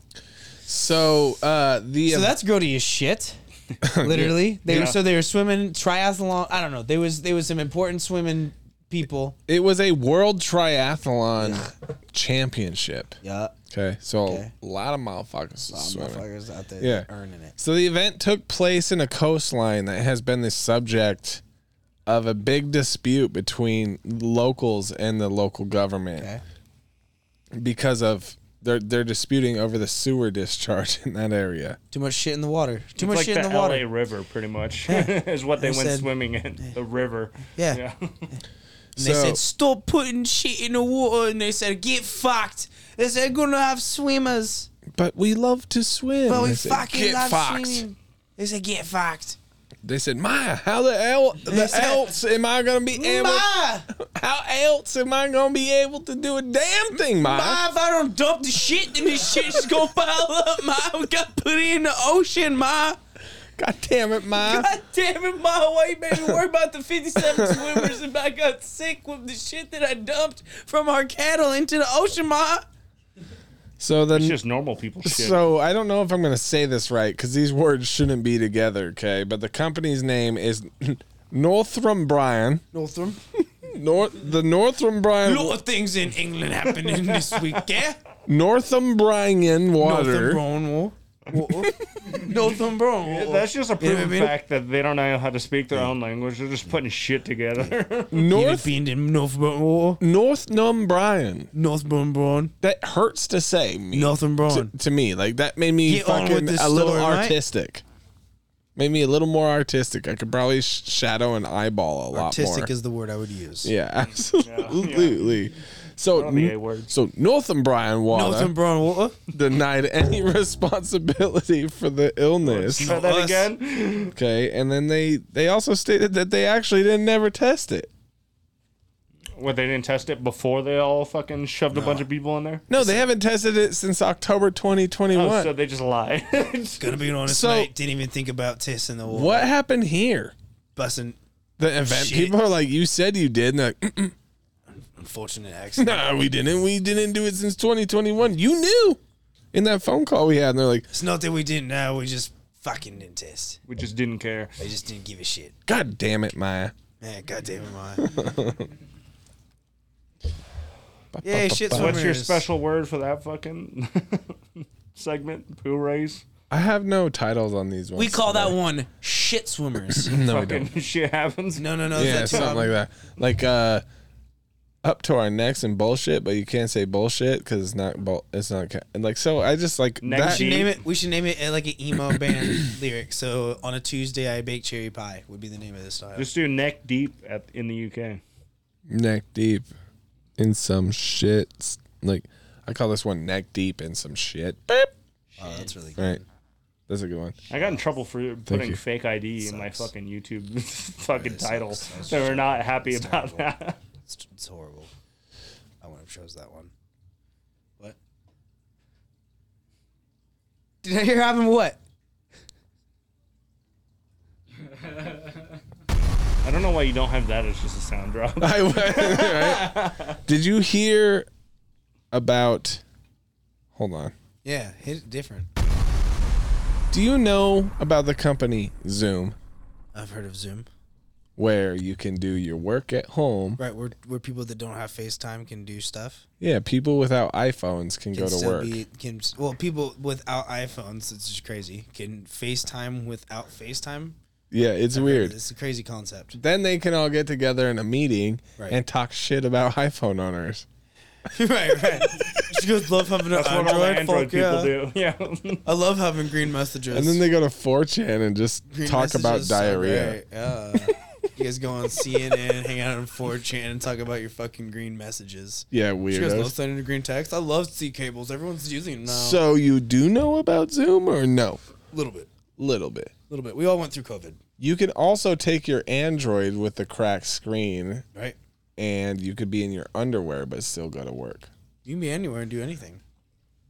So uh, the
So that's grody as shit. Literally, they
Yeah.
were so they were swimming triathlon. I don't know. There was there was some important swimming people.
it was a world triathlon championship.
Yeah,
Okay, so
Okay.
a lot of motherfuckers swimming.
motherfuckers out there
Yeah.
earning it.
So the event took place in a coastline that has been the subject of a big dispute between locals and the local government
Okay.
because of they're they're disputing over the sewer discharge in that area.
Too much shit in the water. Too
it's
much
like
shit
the,
in the water.
LA River, pretty much, is what they
They
went
said-
swimming in. The river.
Yeah.
yeah.
And they
So-
said, stop putting shit in the water. And they said, get fucked. They said, gonna have swimmers.
But we love to swim.
But we
They said,
fucking
"Get
love
fucked."
swimming. They said, get fucked.
They said, "Maya, how the hell the
said,
else am I gonna be able?
Ma,
How else am I gonna be able to do a damn thing, Maya?"
ma, if I don't dump the shit, then this shit's gonna pile up, ma. We gotta put it in the ocean, ma.
God damn it, Maya!
God damn it, ma. Why you made me worry about the 57 swimmers if I got sick with the shit that I dumped from our cattle into the ocean, ma?
So
It's
then
just normal people shit.
So I don't know if I'm going to say this right because these words shouldn't be together, okay? But the company's name is Northrum Bryan.
Northam.
North the Northrum
A
Bryan
lot of things in England happening this week, yeah?
Northam Bryan water.
Northumberland. Northumberland.
That's just a
You know what I
proven
mean?
fact that they don't know how to speak their own language. They're just putting shit together.
North
been in Northumberland.
Northnum Bryan.
Northumberland.
That hurts to say me, to,
Northumberland.
to me. Like that made me
Get on with
fucking
this
a little
story, mate.
artistic. Made me a little more artistic. I could probably sh- shadow an eyeball a lot more.
Artistic is the word I would use.
Yeah, absolutely. So,
the A word.
so Northam Bryan water
Northumberland water.
denied any responsibility for the illness.
Try that
us.
again.
Okay, and then they they also stated that they actually didn't never test it.
Where they didn't test it before they all fucking shoved a bunch of people in there.
No, they haven't tested it since October 2021.
Oh, so they just lie.
Gonna be an honest
So-
night. Didn't even think about testing the water.
what happened here?
Busting
The event
Shit.
people are like, you said you did. And they're like,
unfortunate accident.
nah, we didn't. We didn't do it since 2021. You knew in that phone call we had. And they're like,
It's not that we didn't know. We just fucking didn't test.
we just didn't care.
I just didn't give a shit.
God damn it, Maya.
Man, goddamn it, Maya.
Ba-
Yay,
ba-
shit
ba-
swimmer.
What's your
Swimmers.
special word for that fucking segment? Poo race?
I have no titles on these ones.
we call that one shit swimmers.
No, we
fucking
don't.
shit happens.
No, no, um, no. is
Yeah,
that too-
something like that. Like uh, up to our necks and bullshit, but you can't say bullshit because it's not. Bull- it's not. ca- And like so, I just like
Neck
that.
We should
sheet.
name it. We should name it uh, like an emo band lyric. So on a Tuesday, I bake cherry pie. Would be the name of this style.
Just do neck deep at, in the UK.
neck deep in some shit. Like I call this one neck deep in some shit. Beep.
oh, that's really good.
Right. That's a good one.
I got in trouble for putting
you.
fake ID in my
Sucks.
fucking YouTube fucking
sucks.
title.
That's
They were not happy
That's
about
terrible.
that.
It's, it's horrible. I wouldn't have chose that one. What? Did I hear having what?
I don't know why you don't have that as just a sound drop.
I right? Did you hear about? Hold on.
Yeah, hit it different.
Do you know about the company Zoom,
I've heard of Zoom.
where you can do your work at home?
Right, where where people that don't have FaceTime can do stuff.
Yeah, people without iPhones can,
Can
go to
still
work.
Be, can well, people without iPhones, it's just crazy. Can FaceTime without FaceTime?
yeah, it's weird.
It's a crazy concept.
Then they can all get together in a meeting
Right.
and talk shit about iPhone owners.
right, right. She goes love having an
That's what all the Android people
yeah.
do. Yeah.
I love having green messages.
And then they go to 4chan and just
Green
talk about
messages are
diarrhea.
great. Uh, you guys go on CNN, hang out on 4chan, and talk about your fucking green messages.
Yeah,
You guys love
weirdos.
sending the green text. I love C cables. Everyone's using them now.
So you do know about Zoom or no?
a little bit,
Little bit.
a little bit. We all went through COVID,
You can also take your Android with the cracked screen
right?
and you could be in your underwear but still go to work.
You can be anywhere and do anything.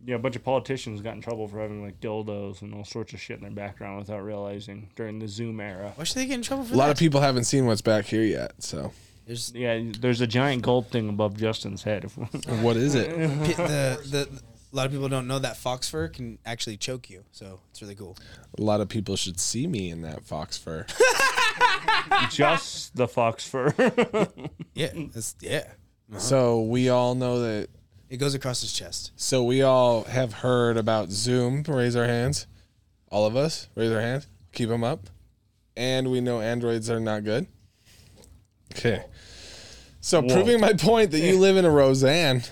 Yeah, a bunch of politicians got in trouble for having like dildos and all sorts of shit in their background without realizing during the Zoom era.
Why should they get in trouble for
A lot
that?
of people haven't seen what's back here yet, so
There's
Yeah, there's a giant gold thing above Justin's head.
what is it?
pi- the, the, a lot of people don't know that fox fur can actually choke you, so it's really cool.
A lot of people should see me in that fox fur.
Just the fox fur.
Yeah, that's, yeah.
So we all know that
It goes across his chest.
So we all have heard about Zoom. Raise our hands. All of us, raise our hands. Keep them up. And we know androids are not good. Okay. So proving my point that you live in a Roseanne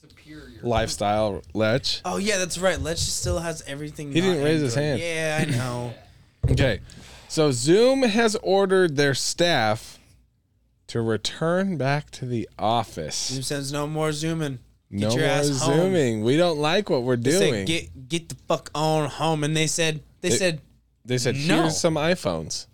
Superior.
lifestyle, Lech.
Oh yeah, that's right. Let's just still has everything.
He
not
didn't raise his
Android.
hand.
Yeah, I know.
Okay. So Zoom has ordered their staff to return back to the office.
Zoom says no more zooming. Get
no
your
more
ass Home.
zooming. We don't like what we're
They
doing.
said get get the fuck on home, and they said they
It-
said
they said
No.
here's some iPhones.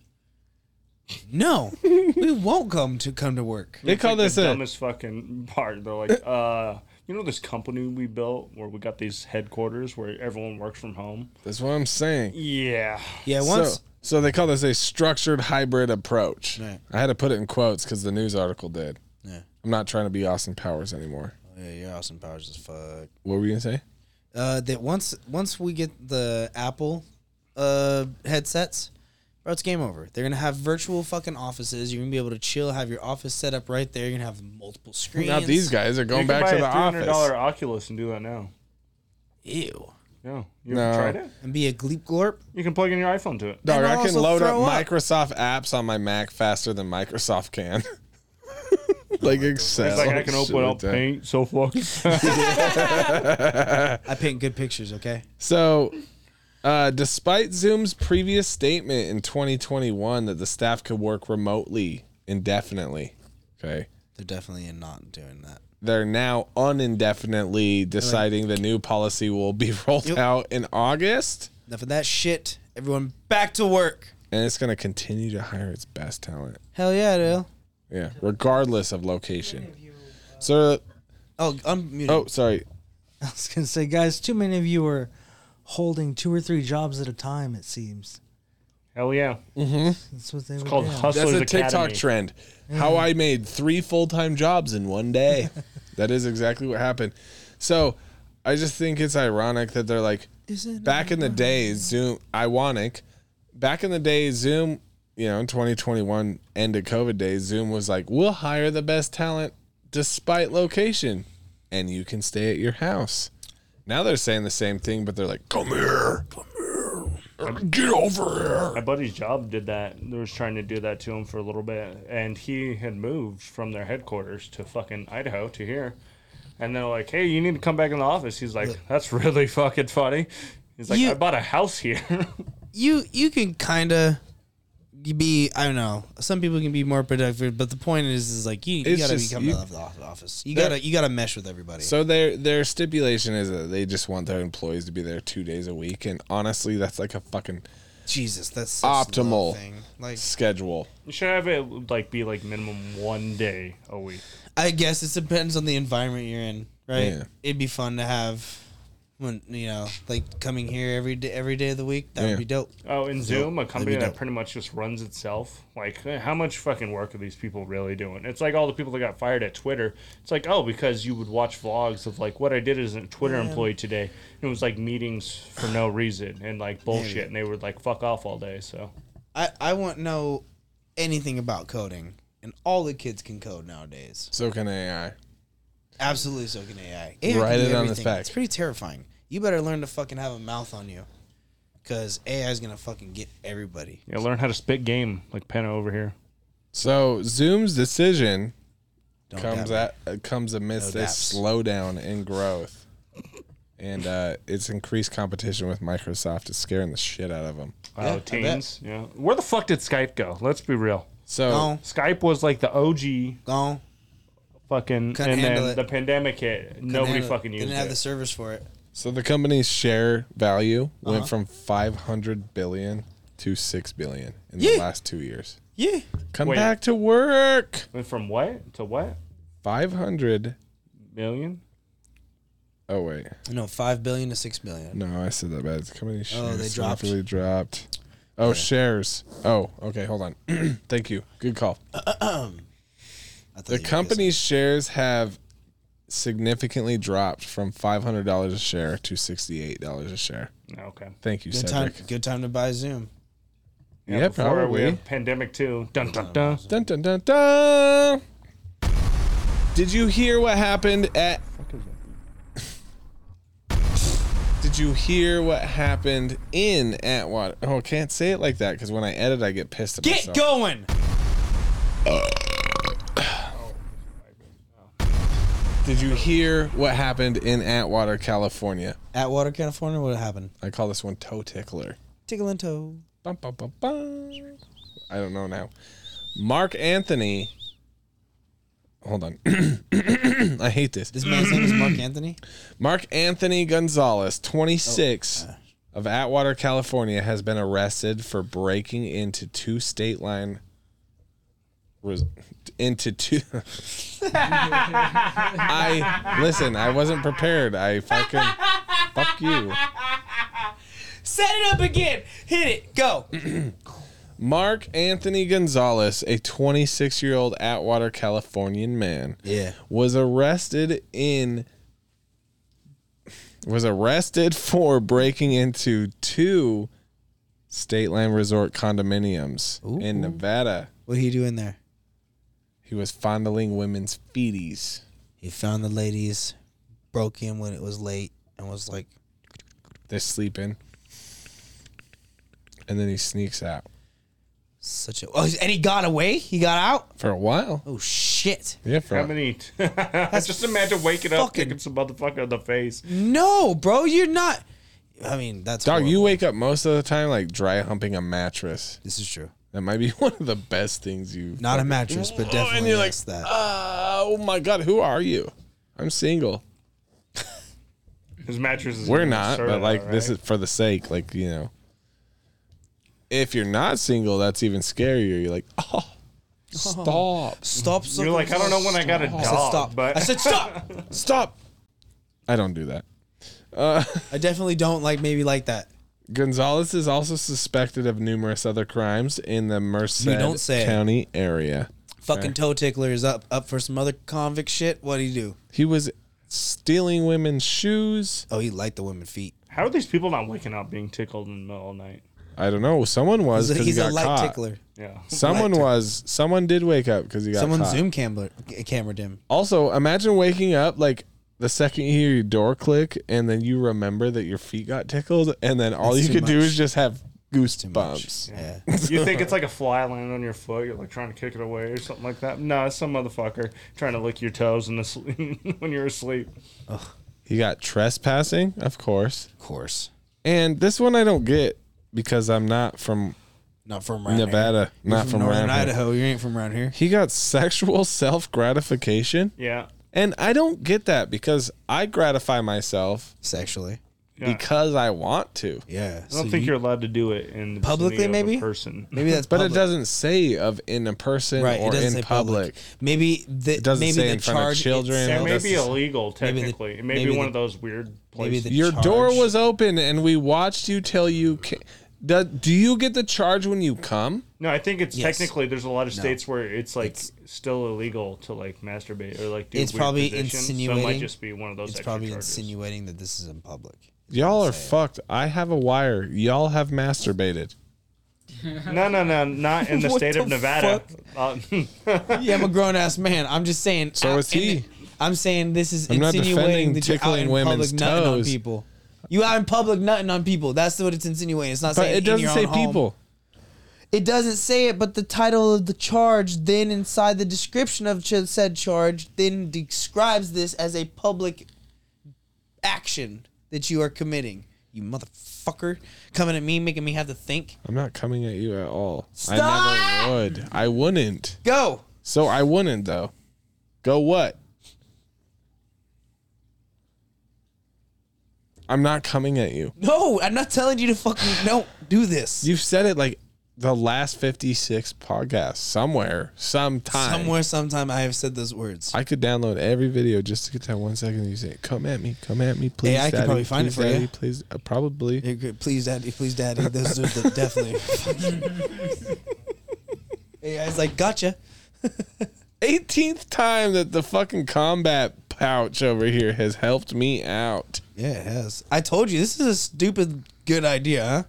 no, we won't come to come to work.
They call this
the
a
dumbest fucking part. They're like, uh, you know this company we built where we got these headquarters where everyone works from home.
That's what I'm saying.
Yeah,
Yeah,
So,
once
so they call this a structured hybrid approach.
Right.
I had to put it in quotes because the news article did.
Yeah.
I'm not trying to be Austin Powers anymore.
yeah, you're Austin Powers as fuck.
What were you gonna say?
Uh, that once once we get the Apple uh headsets, bro, it's game over. They're gonna have virtual fucking offices. You're gonna be able to chill, have your office set up right there. You're gonna have multiple screens.
Now these guys are going
you
back
can buy
to the
a $300
office.
Oculus and do that now.
Ew.
Yeah, you
No.
haven't tried it?
And be a gleep glorp.
You can plug in your iPhone to it.
Dog,
And
I can
also
load up,
throw up.
Microsoft apps on my Mac faster than Microsoft can. like Excel.
It's like I can open up Paint so fucking
I paint good pictures, okay?
So, uh, despite Zoom's previous statement in 2021 that the staff could work remotely indefinitely, okay,
They're definitely not doing that.
they're now unindefinitely deciding the new policy will be rolled
Yep.
out in August,
Enough of that shit. Everyone back to work.
and it's going to continue to hire its best talent.
Hell yeah, dude.
Yeah, regardless of location. So,
Oh, I'm
oh, sorry.
I was gonna say, guys, too many of you are holding two or three jobs at a time. It seems
Hell yeah.
that's what they it's
called hustle.
That's
Hustlers
a TikTok
Academy.
trend. How I made three full time jobs in one day. that is exactly what happened. So I just think it's ironic that they're like back in the day, Zoom ironic. Back in the day, Zoom, you know, in 2021 ended COVID day, Zoom was like, We'll hire the best talent despite location. And you can stay at your house. Now they're saying the same thing, but they're like, Come here. Come here. Get over here.
My buddy's job did that. They was trying to do that to him for a little bit, and he had moved from their headquarters to fucking Idaho to here. And they're like, "Hey, you need to come back in the office." He's like, "That's really fucking funny." He's like,
You-
"I bought a house here."
you you can kind of be I don't know. Some people can be more productive, but the point is is like you, you
It's
gotta
just-
become
you-
out of the off- office. You gotta you gotta mesh with everybody.
So their their stipulation is that they just want their employees to be there two days a week, and honestly, that's like a fucking
Jesus, that's such
Optimal.
a thing. Like
schedule.
you should have it like be like minimum one day a week.
I guess it depends on the environment you're in, right?
Yeah.
It'd be fun to have when you know, like coming here every day every day of the week. That
Yeah.
would be dope.
Oh, in Zoom, a company that
dope.
pretty much just runs itself. Like, eh, how much fucking work are these people really doing? It's like all the people that got fired at Twitter. It's like, oh, because you would watch vlogs of like what I did as a Twitter employee today. And it was like meetings for no reason and like bullshit, and they would like fuck off all day. So
I I won't know anything about coding, and all the kids can code nowadays.
So can AI.
Absolutely, so can AI. AI
Write
can do
it on the
everything.
fact.
It's pretty terrifying. You better learn to fucking have a mouth on you, because AI is gonna fucking get everybody.
yeah, learn how to spit game like Penna over here.
So Zoom's decision
Don't
comes
doubt
at uh, comes amidst
No
a
doubts.
slowdown in growth, and uh, its increased competition with Microsoft is scaring the shit out of them.
Yeah, I
Oh,
bet.
teens. Yeah. Where the fuck did Skype go? Let's be real.
So
it. Gone,
Skype was like the OG
gone.
fucking,
Couldn't
and then
handle it.
the pandemic hit. Nobody
Didn't have-
fucking used
Didn't have
it.
the servers for it.
so the company's share value
Uh-huh.
went from five hundred billion to six billion in the
Yeah.
last two years.
Yeah.
Come
Wait.
back to work.
Went from what to what
Five hundred.
million?
Oh wait.
No, five billion to six billion.
No, I said that bad. It's company shares.
Oh, they dropped.
significantly dropped. Oh, shares. Oh, okay. Hold on. Thank you. Good call.
I thought
The
you guys-
company's shares have significantly dropped from five hundred dollars a share to sixty-eight dollars a share.
Okay.
Thank you,
Good time.
Cedric.
Good time to buy Zoom.
Yeah,
before we
probably.
had pandemic two. Dun dun dun.
Dun dun dun dun. Did you hear what happened at? Did you hear what happened in Atwater? Oh, I can't say it like that because when I edit, I get pissed at
Get
myself.
going.
Did you hear what happened in Atwater, California?
Atwater, California. What happened?
I call this one toe tickler.
Tickle and toe.
Bum, bum, bum, bum. I don't know now. Mark Anthony. Hold on. I hate this.
This man's name is Mark Anthony.
Mark Anthony Gonzalez, 26, of Atwater, California, has been arrested for breaking into two state line res- into two. I listen. I wasn't prepared. I fucking fuck you.
Set it up again. Hit it. Go.
Mark Anthony Gonzalez, a 26 year old Atwater, Californian man,
Yeah.
was arrested in was arrested for breaking into two state land resort condominiums in Nevada.
What he doing there?
He was fondling women's feeties.
He found the ladies, broke in when it was late, and was like,
They're sleeping. And then he sneaks out.
"Such a." Oh, and he got away. He got out.
For a while.
Oh shit!
Yeah, for
How
a-
many? Just imagine waking up,
fucking-
kicking some motherfucker in the face.
No, bro, you're not. I mean, that's
Dog, you
horrible.
wake up most of the time like dry humping a mattress.
This is true.
That might be one of the best things you
Not a mattress, but definitely
you're like,
yes, that.
Oh my god, who are you? I'm single.
His mattress is.
We're
gonna
not,
serve
but
it,
like this is
right?
for the sake, like you know. If you're not single, that's even scarier. You're like, oh, Stop.
Stop.
You're like, I don't know when I got a dog,
I said stop.
but
I said stop.
Stop. I don't do that.
I definitely don't like maybe like that.
Gonzalez is also suspected of numerous other crimes in the Merced
You don't say.
County area.
Fucking toe tickler is up up for some other convict shit. What do you do?
He was stealing women's shoes.
Oh, he liked the women feet.
how are these people not waking up being tickled in the middle of the night?
I don't know. Someone was
He's a,
because he
he's a
got
light
caught.
tickler.
Yeah.
Someone
Light
was. Someone did wake up because he got
Someone
caught.
zoom camera camera dim.
Also, imagine waking up like the second you hear your door click, and then you remember that your feet got tickled, and then all
That's
you
too
could do
much.
is just have
Too much.
goosebumps.
Yeah.
You think it's like a fly landing on your foot? You're like trying to kick it away or something like that. No, it's some motherfucker trying to lick your toes in the sleep when you're asleep.
He got trespassing, of course.
of course.
And this one I don't get because I'm not from
Not from around
Nevada,
here. You're
not from,
Northern
around here.
Idaho. You ain't from around here.
He got sexual self gratification,
Yeah.
and I don't get that because I gratify myself
Sexually.
yeah.
because I want to.
Yeah.
I don't think you, are allowed to do it in the
Publicly,
vicinity of a
maybe?
person.
Maybe that's
But
public.
it doesn't say of in a person
Right.
or
it doesn't
in
say
public.
public. Maybe the
It doesn't
maybe
say
the
in front of
charge
children.
itself-
It may
that's-
be illegal
maybe the-
technically. it may
maybe
be one
the-
of those weird
maybe
places.
the
Your door
charge-
was open and we watched you till you came. Do, do you get the charge when you come?
no, I think it's
Yes.
technically there's a lot of states where it's like
It's-
still illegal to like masturbate or like do
It's
weird
probably
positions, So it might
insinuating-
just be one of those.
It's
extra
probably
charges.
insinuating that this is in public.
Y'all are fucked. I have a wire. Y'all have masturbated.
No, no, no, not in the
What
state of
the
Nevada. Uh,
Yeah, I'm a grown ass man. I'm just saying.
So
I-
is
and
he.
I'm saying this is
I'm not defending
insinuating that you're out
tickling
in
women's
public nutting on
toes.
people. You out in public nutting on people. That's what it's insinuating. It's not
But
saying
it
in
doesn't
your
say
own home.
people.
It doesn't say it, but the title of the charge, then inside the description of ch- said charge, then describes this as a public action that you are committing. You motherfucker, coming at me, making me have to think.
I'm not coming at you at all. I
Stop!
never would. I wouldn't.
Go.
So I wouldn't though. Go what? I'm not coming at you.
No, I'm not telling you to fucking don't do this.
You've said it like the last 56 podcasts somewhere, sometime.
Somewhere, sometime, I have said those words.
I could download every video just to get that one second you say, "Come at me, come at me, please."
I could
daddy,
probably find it
please,
for you.
daddy, Please, uh, probably.
Yeah, great. Please, daddy. Please, daddy. Those are the definitely. yeah, it's like gotcha.
18th time that the fucking combat pouch over here has helped me out.
Yeah, it has. I told you this is a stupid good idea. huh?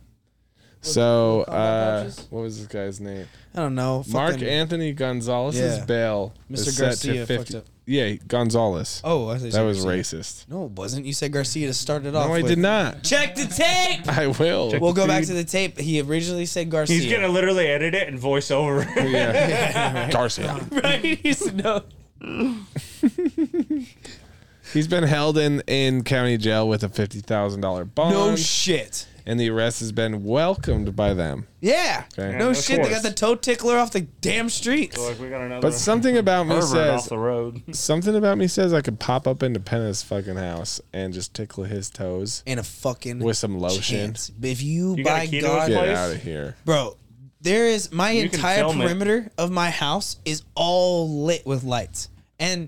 so, uh, what was this guy's name?
I don't know.
Mark
Fucking-
Anthony Gonzalez's
Yeah.
bail.
Mr.
is set to
Garcia
50
fucked up.
Yeah, Gonzalez.
Oh, I thought you
that
said
was
Garcia.
racist.
No, it wasn't. You said Garcia to start it off.
No, I
with.
did not.
Check the tape.
I will.
Check
We'll go back
Dude.
to the tape. He originally said Garcia.
he's gonna literally edit it and voice over. it.
yeah. Garcia.
right. He's no.
He's been held in in county jail with a fifty thousand dollar bond,
No shit.
and the arrest has been welcomed by them.
Yeah.
Okay.
No
Yeah, of
shit. They got
course.
the toe tickler off the damn streets.
so like we got another.
But something about me
pervert off
says
the road.
something about me says I could pop up into Penna's fucking house and just tickle his toes
And a fucking
with some lotion.
chance. But if you,
You got a
by
key to
God,
his
Get
Place?
out of here.
Bro, there is my
You can
entire
film it.
perimeter of my house is all lit with lights. And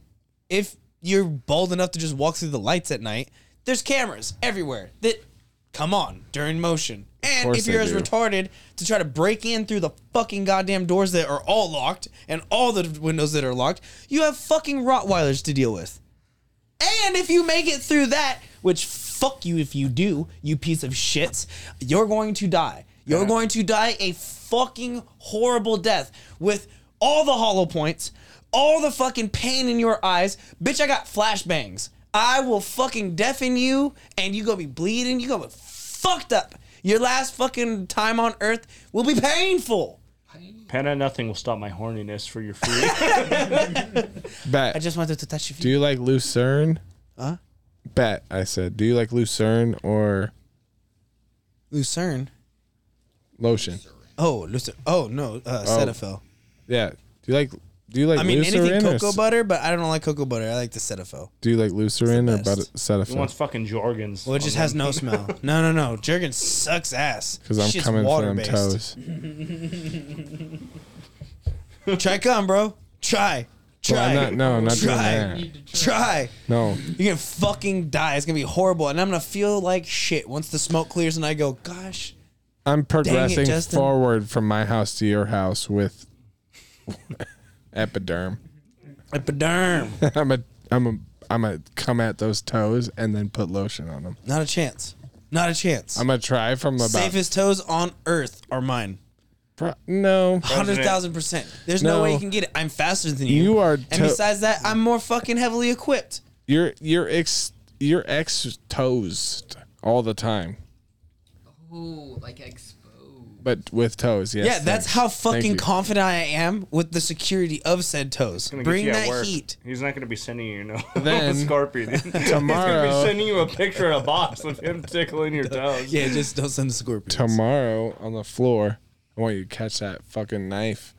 if you're bold enough to just walk through the lights at night, there's cameras everywhere that come on during motion. And
course
if
they
you're as
do.
retarded to try to break in through the fucking goddamn doors that are all locked and all the windows that are locked, you have fucking Rottweilers to deal with. And if you make it through that, which fuck you if you do, you piece of shits, you're going to die. You're going to die a fucking horrible death with all the hollow points, all the fucking pain in your eyes. Bitch, I got flashbangs. I will fucking deafen you and you gonna be bleeding. You gonna be fucked up. Your last fucking time on earth will be painful.
Penna, nothing will stop my horniness for your food.
Bet.
I just wanted to touch your feet.
do you like Lucerne?
Huh?
Bet. I said. Do you like Lucerne or
Lucerne.
lotion?
Oh, Lucerne. Oh, no. Uh, Cetaphil.
Yeah. Do you like? Do you like
I mean,
Lucerne
anything
or
cocoa
s-
butter, but I don't like cocoa butter. I like the Cetaphil.
do you like Lucerne or
It's the best.
butter,
He
Cetaphil?
wants fucking Jorgens.
Well, it just has no smell. No, no, no. Jergens sucks ass.
Because I'm
Shit's
coming for them
water-based.
toes.
Try cum, bro. Try.
Well,
Try.
I'm not, no, I'm not
Try.
doing that.
Need to
Try.
No.
You're gonna fucking die. It's gonna be horrible, and I'm gonna feel like shit once the smoke clears and I go, gosh,
I'm progressing
Justin.
forward from my house to your house with epiderm.
epiderm.
I'm a I'm a I'm a come at those toes and then put lotion on them.
Not a chance. Not a chance.
I'm gonna try from about
Safest toes on earth are mine.
pro- no.
Hundred thousand percent. There's no.
No.
way you can get it. I'm faster than you.
You are
and
to-
besides that, I'm more fucking heavily equipped.
You're you're ex you're exposed all the time,
Oh, like exposed.
but with toes. Yes.
yeah, that's
thanks.
how
Thank
fucking
you.
confident I am with the security of said toes.
Gonna get
Bring
you at
that
work.
heat.
He's not going to be sending you no
Then,
scorpion. He's gonna be
Oh.
tomorrow-
sending you a picture of a box of him tickling your toes.
Yeah, just don't send the scorpions.
tomorrow on the floor. I want you to catch that fucking knife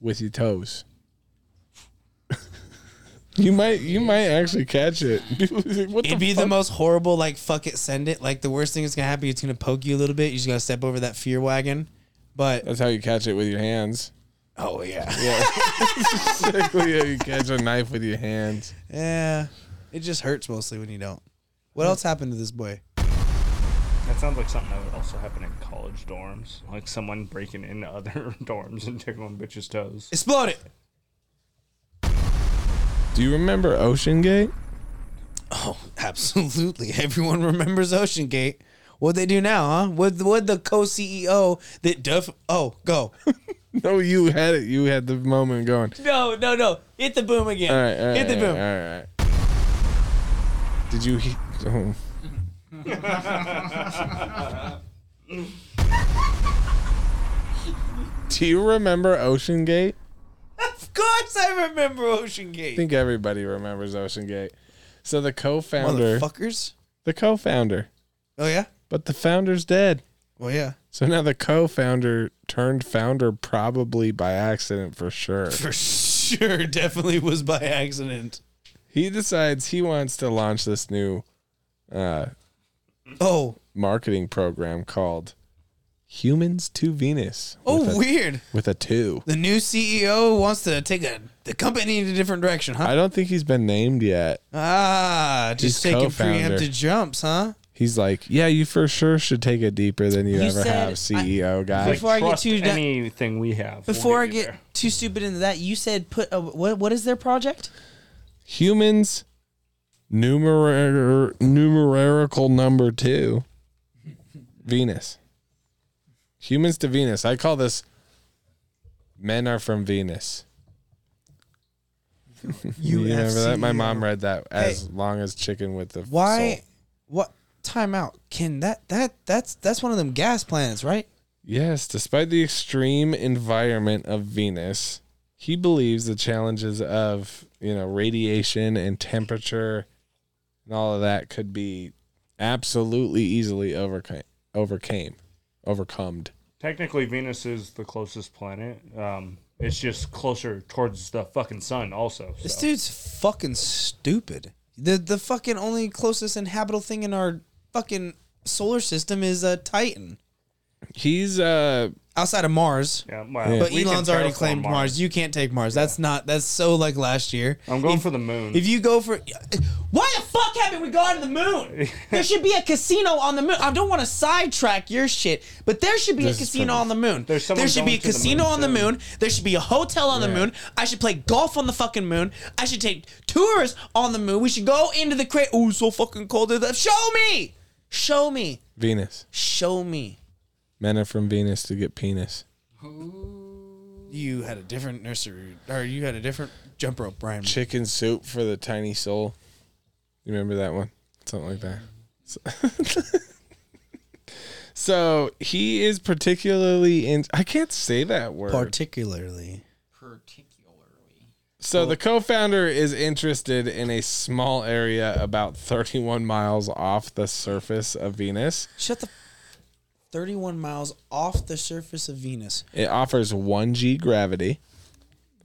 with your toes. you might you might actually catch it. what
It'd be the most horrible, like fuck it, send it. Like the worst thing that's gonna happen, it's gonna poke you a little bit. You just gotta step over that fear wagon. But
That's how you catch it with your hands.
oh yeah,
Basically, how you catch a knife with your hands.
yeah, it just hurts mostly when you don't. What else happened to this boy?
That sounds like something that would also happen in college dorms. Like someone breaking into other dorms and tickling bitches' toes.
Explode it.
Do you remember Ocean Gate?
Oh, absolutely. Everyone remembers Ocean Gate. What they do now, huh? What what the co CEO that def oh go
No, you had it. You had the moment going.
no no no hit the boom again
All right, all right,
hit the boom
all right. all right. Did you? He- oh. Do you remember Ocean Gate?
of course I remember Ocean Gate
I think everybody remembers Ocean Gate. So the co-founder,
motherfuckers
the co-founder,
oh yeah
but the founder's dead.
well yeah
So now the co-founder turned founder probably by accident for sure.
for sure definitely was by accident
He decides he wants to launch this new uh,
oh
marketing program called Humans to Venus. with
oh
a,
weird
With a two.
the new CEO wants to take a the company in a different direction huh
I don't think he's been named yet.
ah just
He's
taking
co-founder.
preemptive jumps huh
He's like, yeah, you for sure should take it deeper than you,
You
ever
said-
have, CEO guy.
Like,
Before I get
trust
too di-
anything we have. we'll
Before
you
I get
there.
too stupid into that, you said put a, what? What is their project?
Humans, numer- numerical number two, Venus. Humans to Venus. I call this men are from Venus. You remember that? My mom read that as long as chicken with the
Why?
soul.
What? Time out. Can that that that's that's one of them gas planets, right?
Yes, despite the extreme environment of Venus, he believes the challenges of, you know, radiation and temperature and all of that could be absolutely easily overcame overcame overcomed.
Technically, Venus is the closest planet. Um, it's just closer towards the fucking sun, also.
This
So.
dude's fucking stupid. The the fucking only closest inhabitable thing in our fucking solar system is a Titan
He's uh
outside of Mars.
Yeah, well,
But
we can
Elon's already
terraform
claimed Mars. You can't take Mars. That's not. That's so like last year.
I'm going
If-
for the moon.
If you go for, why the fuck haven't we gone to the moon? There should be a casino on the moon. I don't want to sidetrack your shit, but there should be
This
a
is
casino
perfect.
on the moon.
There's someone
there should be a
going to the
casino
moon
on the
soon.
moon. There should be a hotel on the
Yeah.
moon. I should play golf on the fucking moon. I should take tours on the moon. We should go into the crate. Oh, so fucking cold. There. Show me, show me,
Venus.
show me.
Men are from Venus to get penis.
You had a different nursery, or you had a different jump rope, Brian.
Chicken soup for the tiny soul. You remember that one? Something like that. So, So, he is particularly in I can't say that word.
Particularly,
Particularly.
So the co-founder is interested in a small area about 31 miles off the surface of Venus.
shut the. 31 miles off the surface of Venus.
It offers 1g gravity.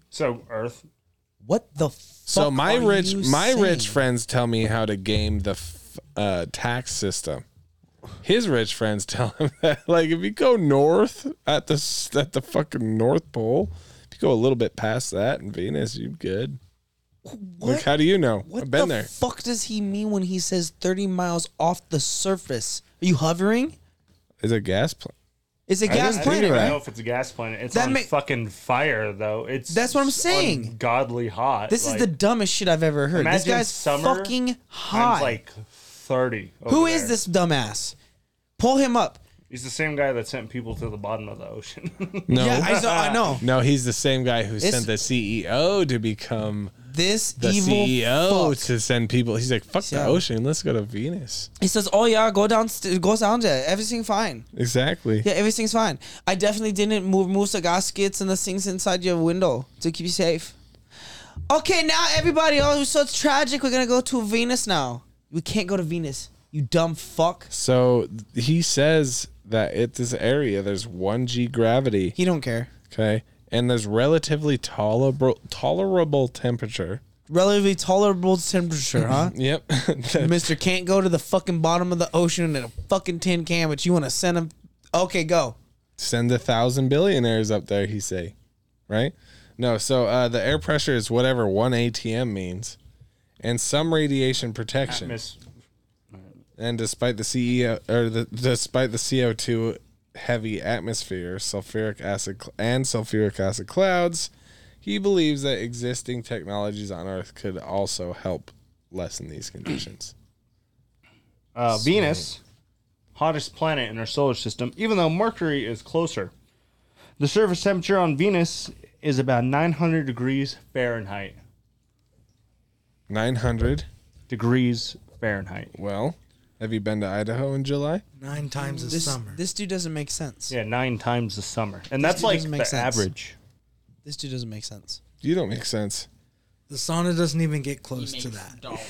so Earth,
What the fuck?
So my
are
rich
you
my rich
saying?
friends tell me how to game the f- uh, tax system. His rich friends tell him that like if you go north at the s- at the fucking North Pole, If you go a little bit past that in Venus, you good. Like,
What?
how do you know?
What
I've been
the
there.
fuck does he mean when he says 30 miles off the surface? Are you hovering?
Is a gas plant.
It's a gas
didn't think
planet,
of
right?
that.
I don't know if it's a gas planet. It's
That
on
ma-
fucking fire though. It's
That's what I'm saying.
Godly hot.
This
Like,
is the dumbest shit I've ever heard. This
imagine
guy's
summer
fucking
times
hot.
like thirty.
Who
over
is
there.
this dumbass? Pull him up.
He's the same guy that sent people to the bottom of the ocean.
No.
Yeah, I, saw, I know.
no, he's the same guy who
It's-
sent the CEO to become
This
the
evil
CEO
fuck.
to send people. He's like, fuck
Yeah.
the ocean. Let's go to Venus.
He says, "Oh yeah, go down, go down there. Everything fine.
Exactly.
Yeah, everything's fine. I definitely didn't move move the gaskets and the things inside your window to keep you safe." Okay, now everybody, oh, so it's tragic. We're gonna go to Venus now. We can't go to Venus. You dumb fuck.
So th- he says that at this area, there's 1G gravity.
He don't care.
Okay. And there's relatively tolerable tolerable temperature.
Relatively tolerable temperature, huh?
Yep. That-
Mister can't go to the fucking bottom of the ocean in a fucking tin can, but you want to send him? Okay, go.
Send a thousand billionaires up there, he say. Right? No, so uh, the air pressure is whatever one ATM means. And some radiation protection.
Miss-
And despite the CEO or the, despite the CO2 heavy atmosphere, sulfuric acid cl- and sulfuric acid clouds, he believes that existing technologies on Earth could also help lessen these conditions.
Uh, Venus, hottest planet in our solar system, even though Mercury is closer. The surface temperature on Venus is about 900 degrees Fahrenheit.
900.
Degrees Fahrenheit.
Well, have you been to Idaho in July?
Nine times the
This
summer.
this dude doesn't make sense.
Yeah, nine times the summer. And
This
that's
dude
like
doesn't
the
make sense.
average.
This dude doesn't make sense.
You don't make sense.
the sauna doesn't even get
He
close
makes
to that.
dollars.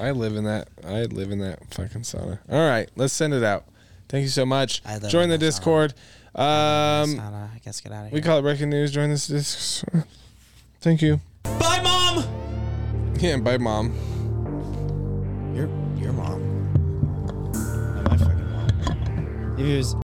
I live in that. I live in that fucking sauna. All right, let's send it out. Thank you so much.
I live
Join
in
the
that sauna.
Discord. Um,
Sana, I guess get out of
we
here.
call it breaking news. Join this Discord. Thank you.
Bye, mom.
Yeah, bye, mom.
Your your mom. Not my fucking mom. If it was